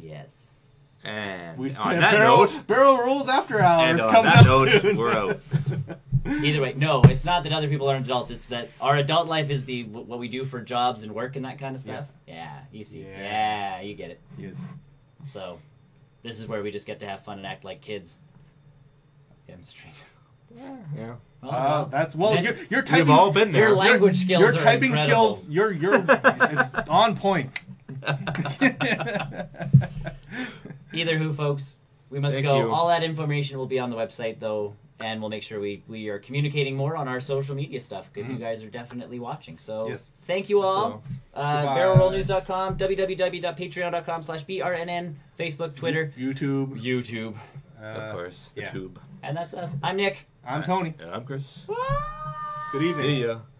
Speaker 1: Yes.
Speaker 3: And
Speaker 2: We (laughs)
Speaker 3: on that
Speaker 2: barrel,
Speaker 3: note,
Speaker 2: barrel rules after hours
Speaker 3: And on
Speaker 2: coming
Speaker 3: that
Speaker 2: up
Speaker 3: note,
Speaker 2: soon.
Speaker 3: we're out.
Speaker 1: Either way, no, it's not that other people aren't adults. It's that our adult life is the wh- what we do for jobs and work and that kind of stuff. Yeah, you see.
Speaker 2: Yeah.
Speaker 1: Yeah. you get it.
Speaker 2: (laughs) yes.
Speaker 1: So, this is where we just get to have fun and act like kids. Yeah, I'm straight.
Speaker 3: yeah.
Speaker 1: Well,
Speaker 2: Uh,
Speaker 1: well,
Speaker 2: that's well.
Speaker 1: Then-
Speaker 2: Your, your typing,
Speaker 3: We've all been there.
Speaker 1: Oh, your language skills.
Speaker 2: Uh, your
Speaker 1: are
Speaker 2: typing
Speaker 1: incredible.
Speaker 2: skills. Your your is on
Speaker 1: (laughs)
Speaker 2: point. (laughs)
Speaker 1: Either who, folks. We must
Speaker 3: Thank
Speaker 1: go.
Speaker 3: you.
Speaker 1: All that information will be on the website, though, and we'll make sure we, we are communicating more on our social media stuff because you guys are definitely watching. So
Speaker 2: Yes.
Speaker 1: thank you Mm-hmm. all. Uh,
Speaker 2: Goodbye.
Speaker 1: barrelrollnews.com, www.patreon.com slash brnn, Facebook, Twitter,
Speaker 2: YouTube,
Speaker 1: YouTube.
Speaker 2: uh,
Speaker 3: of course, the
Speaker 2: yeah.
Speaker 3: tube.
Speaker 1: And that's us. I'm Nick.
Speaker 2: I'm Tony.
Speaker 3: And I'm Chris.
Speaker 2: Good evening.
Speaker 3: See ya.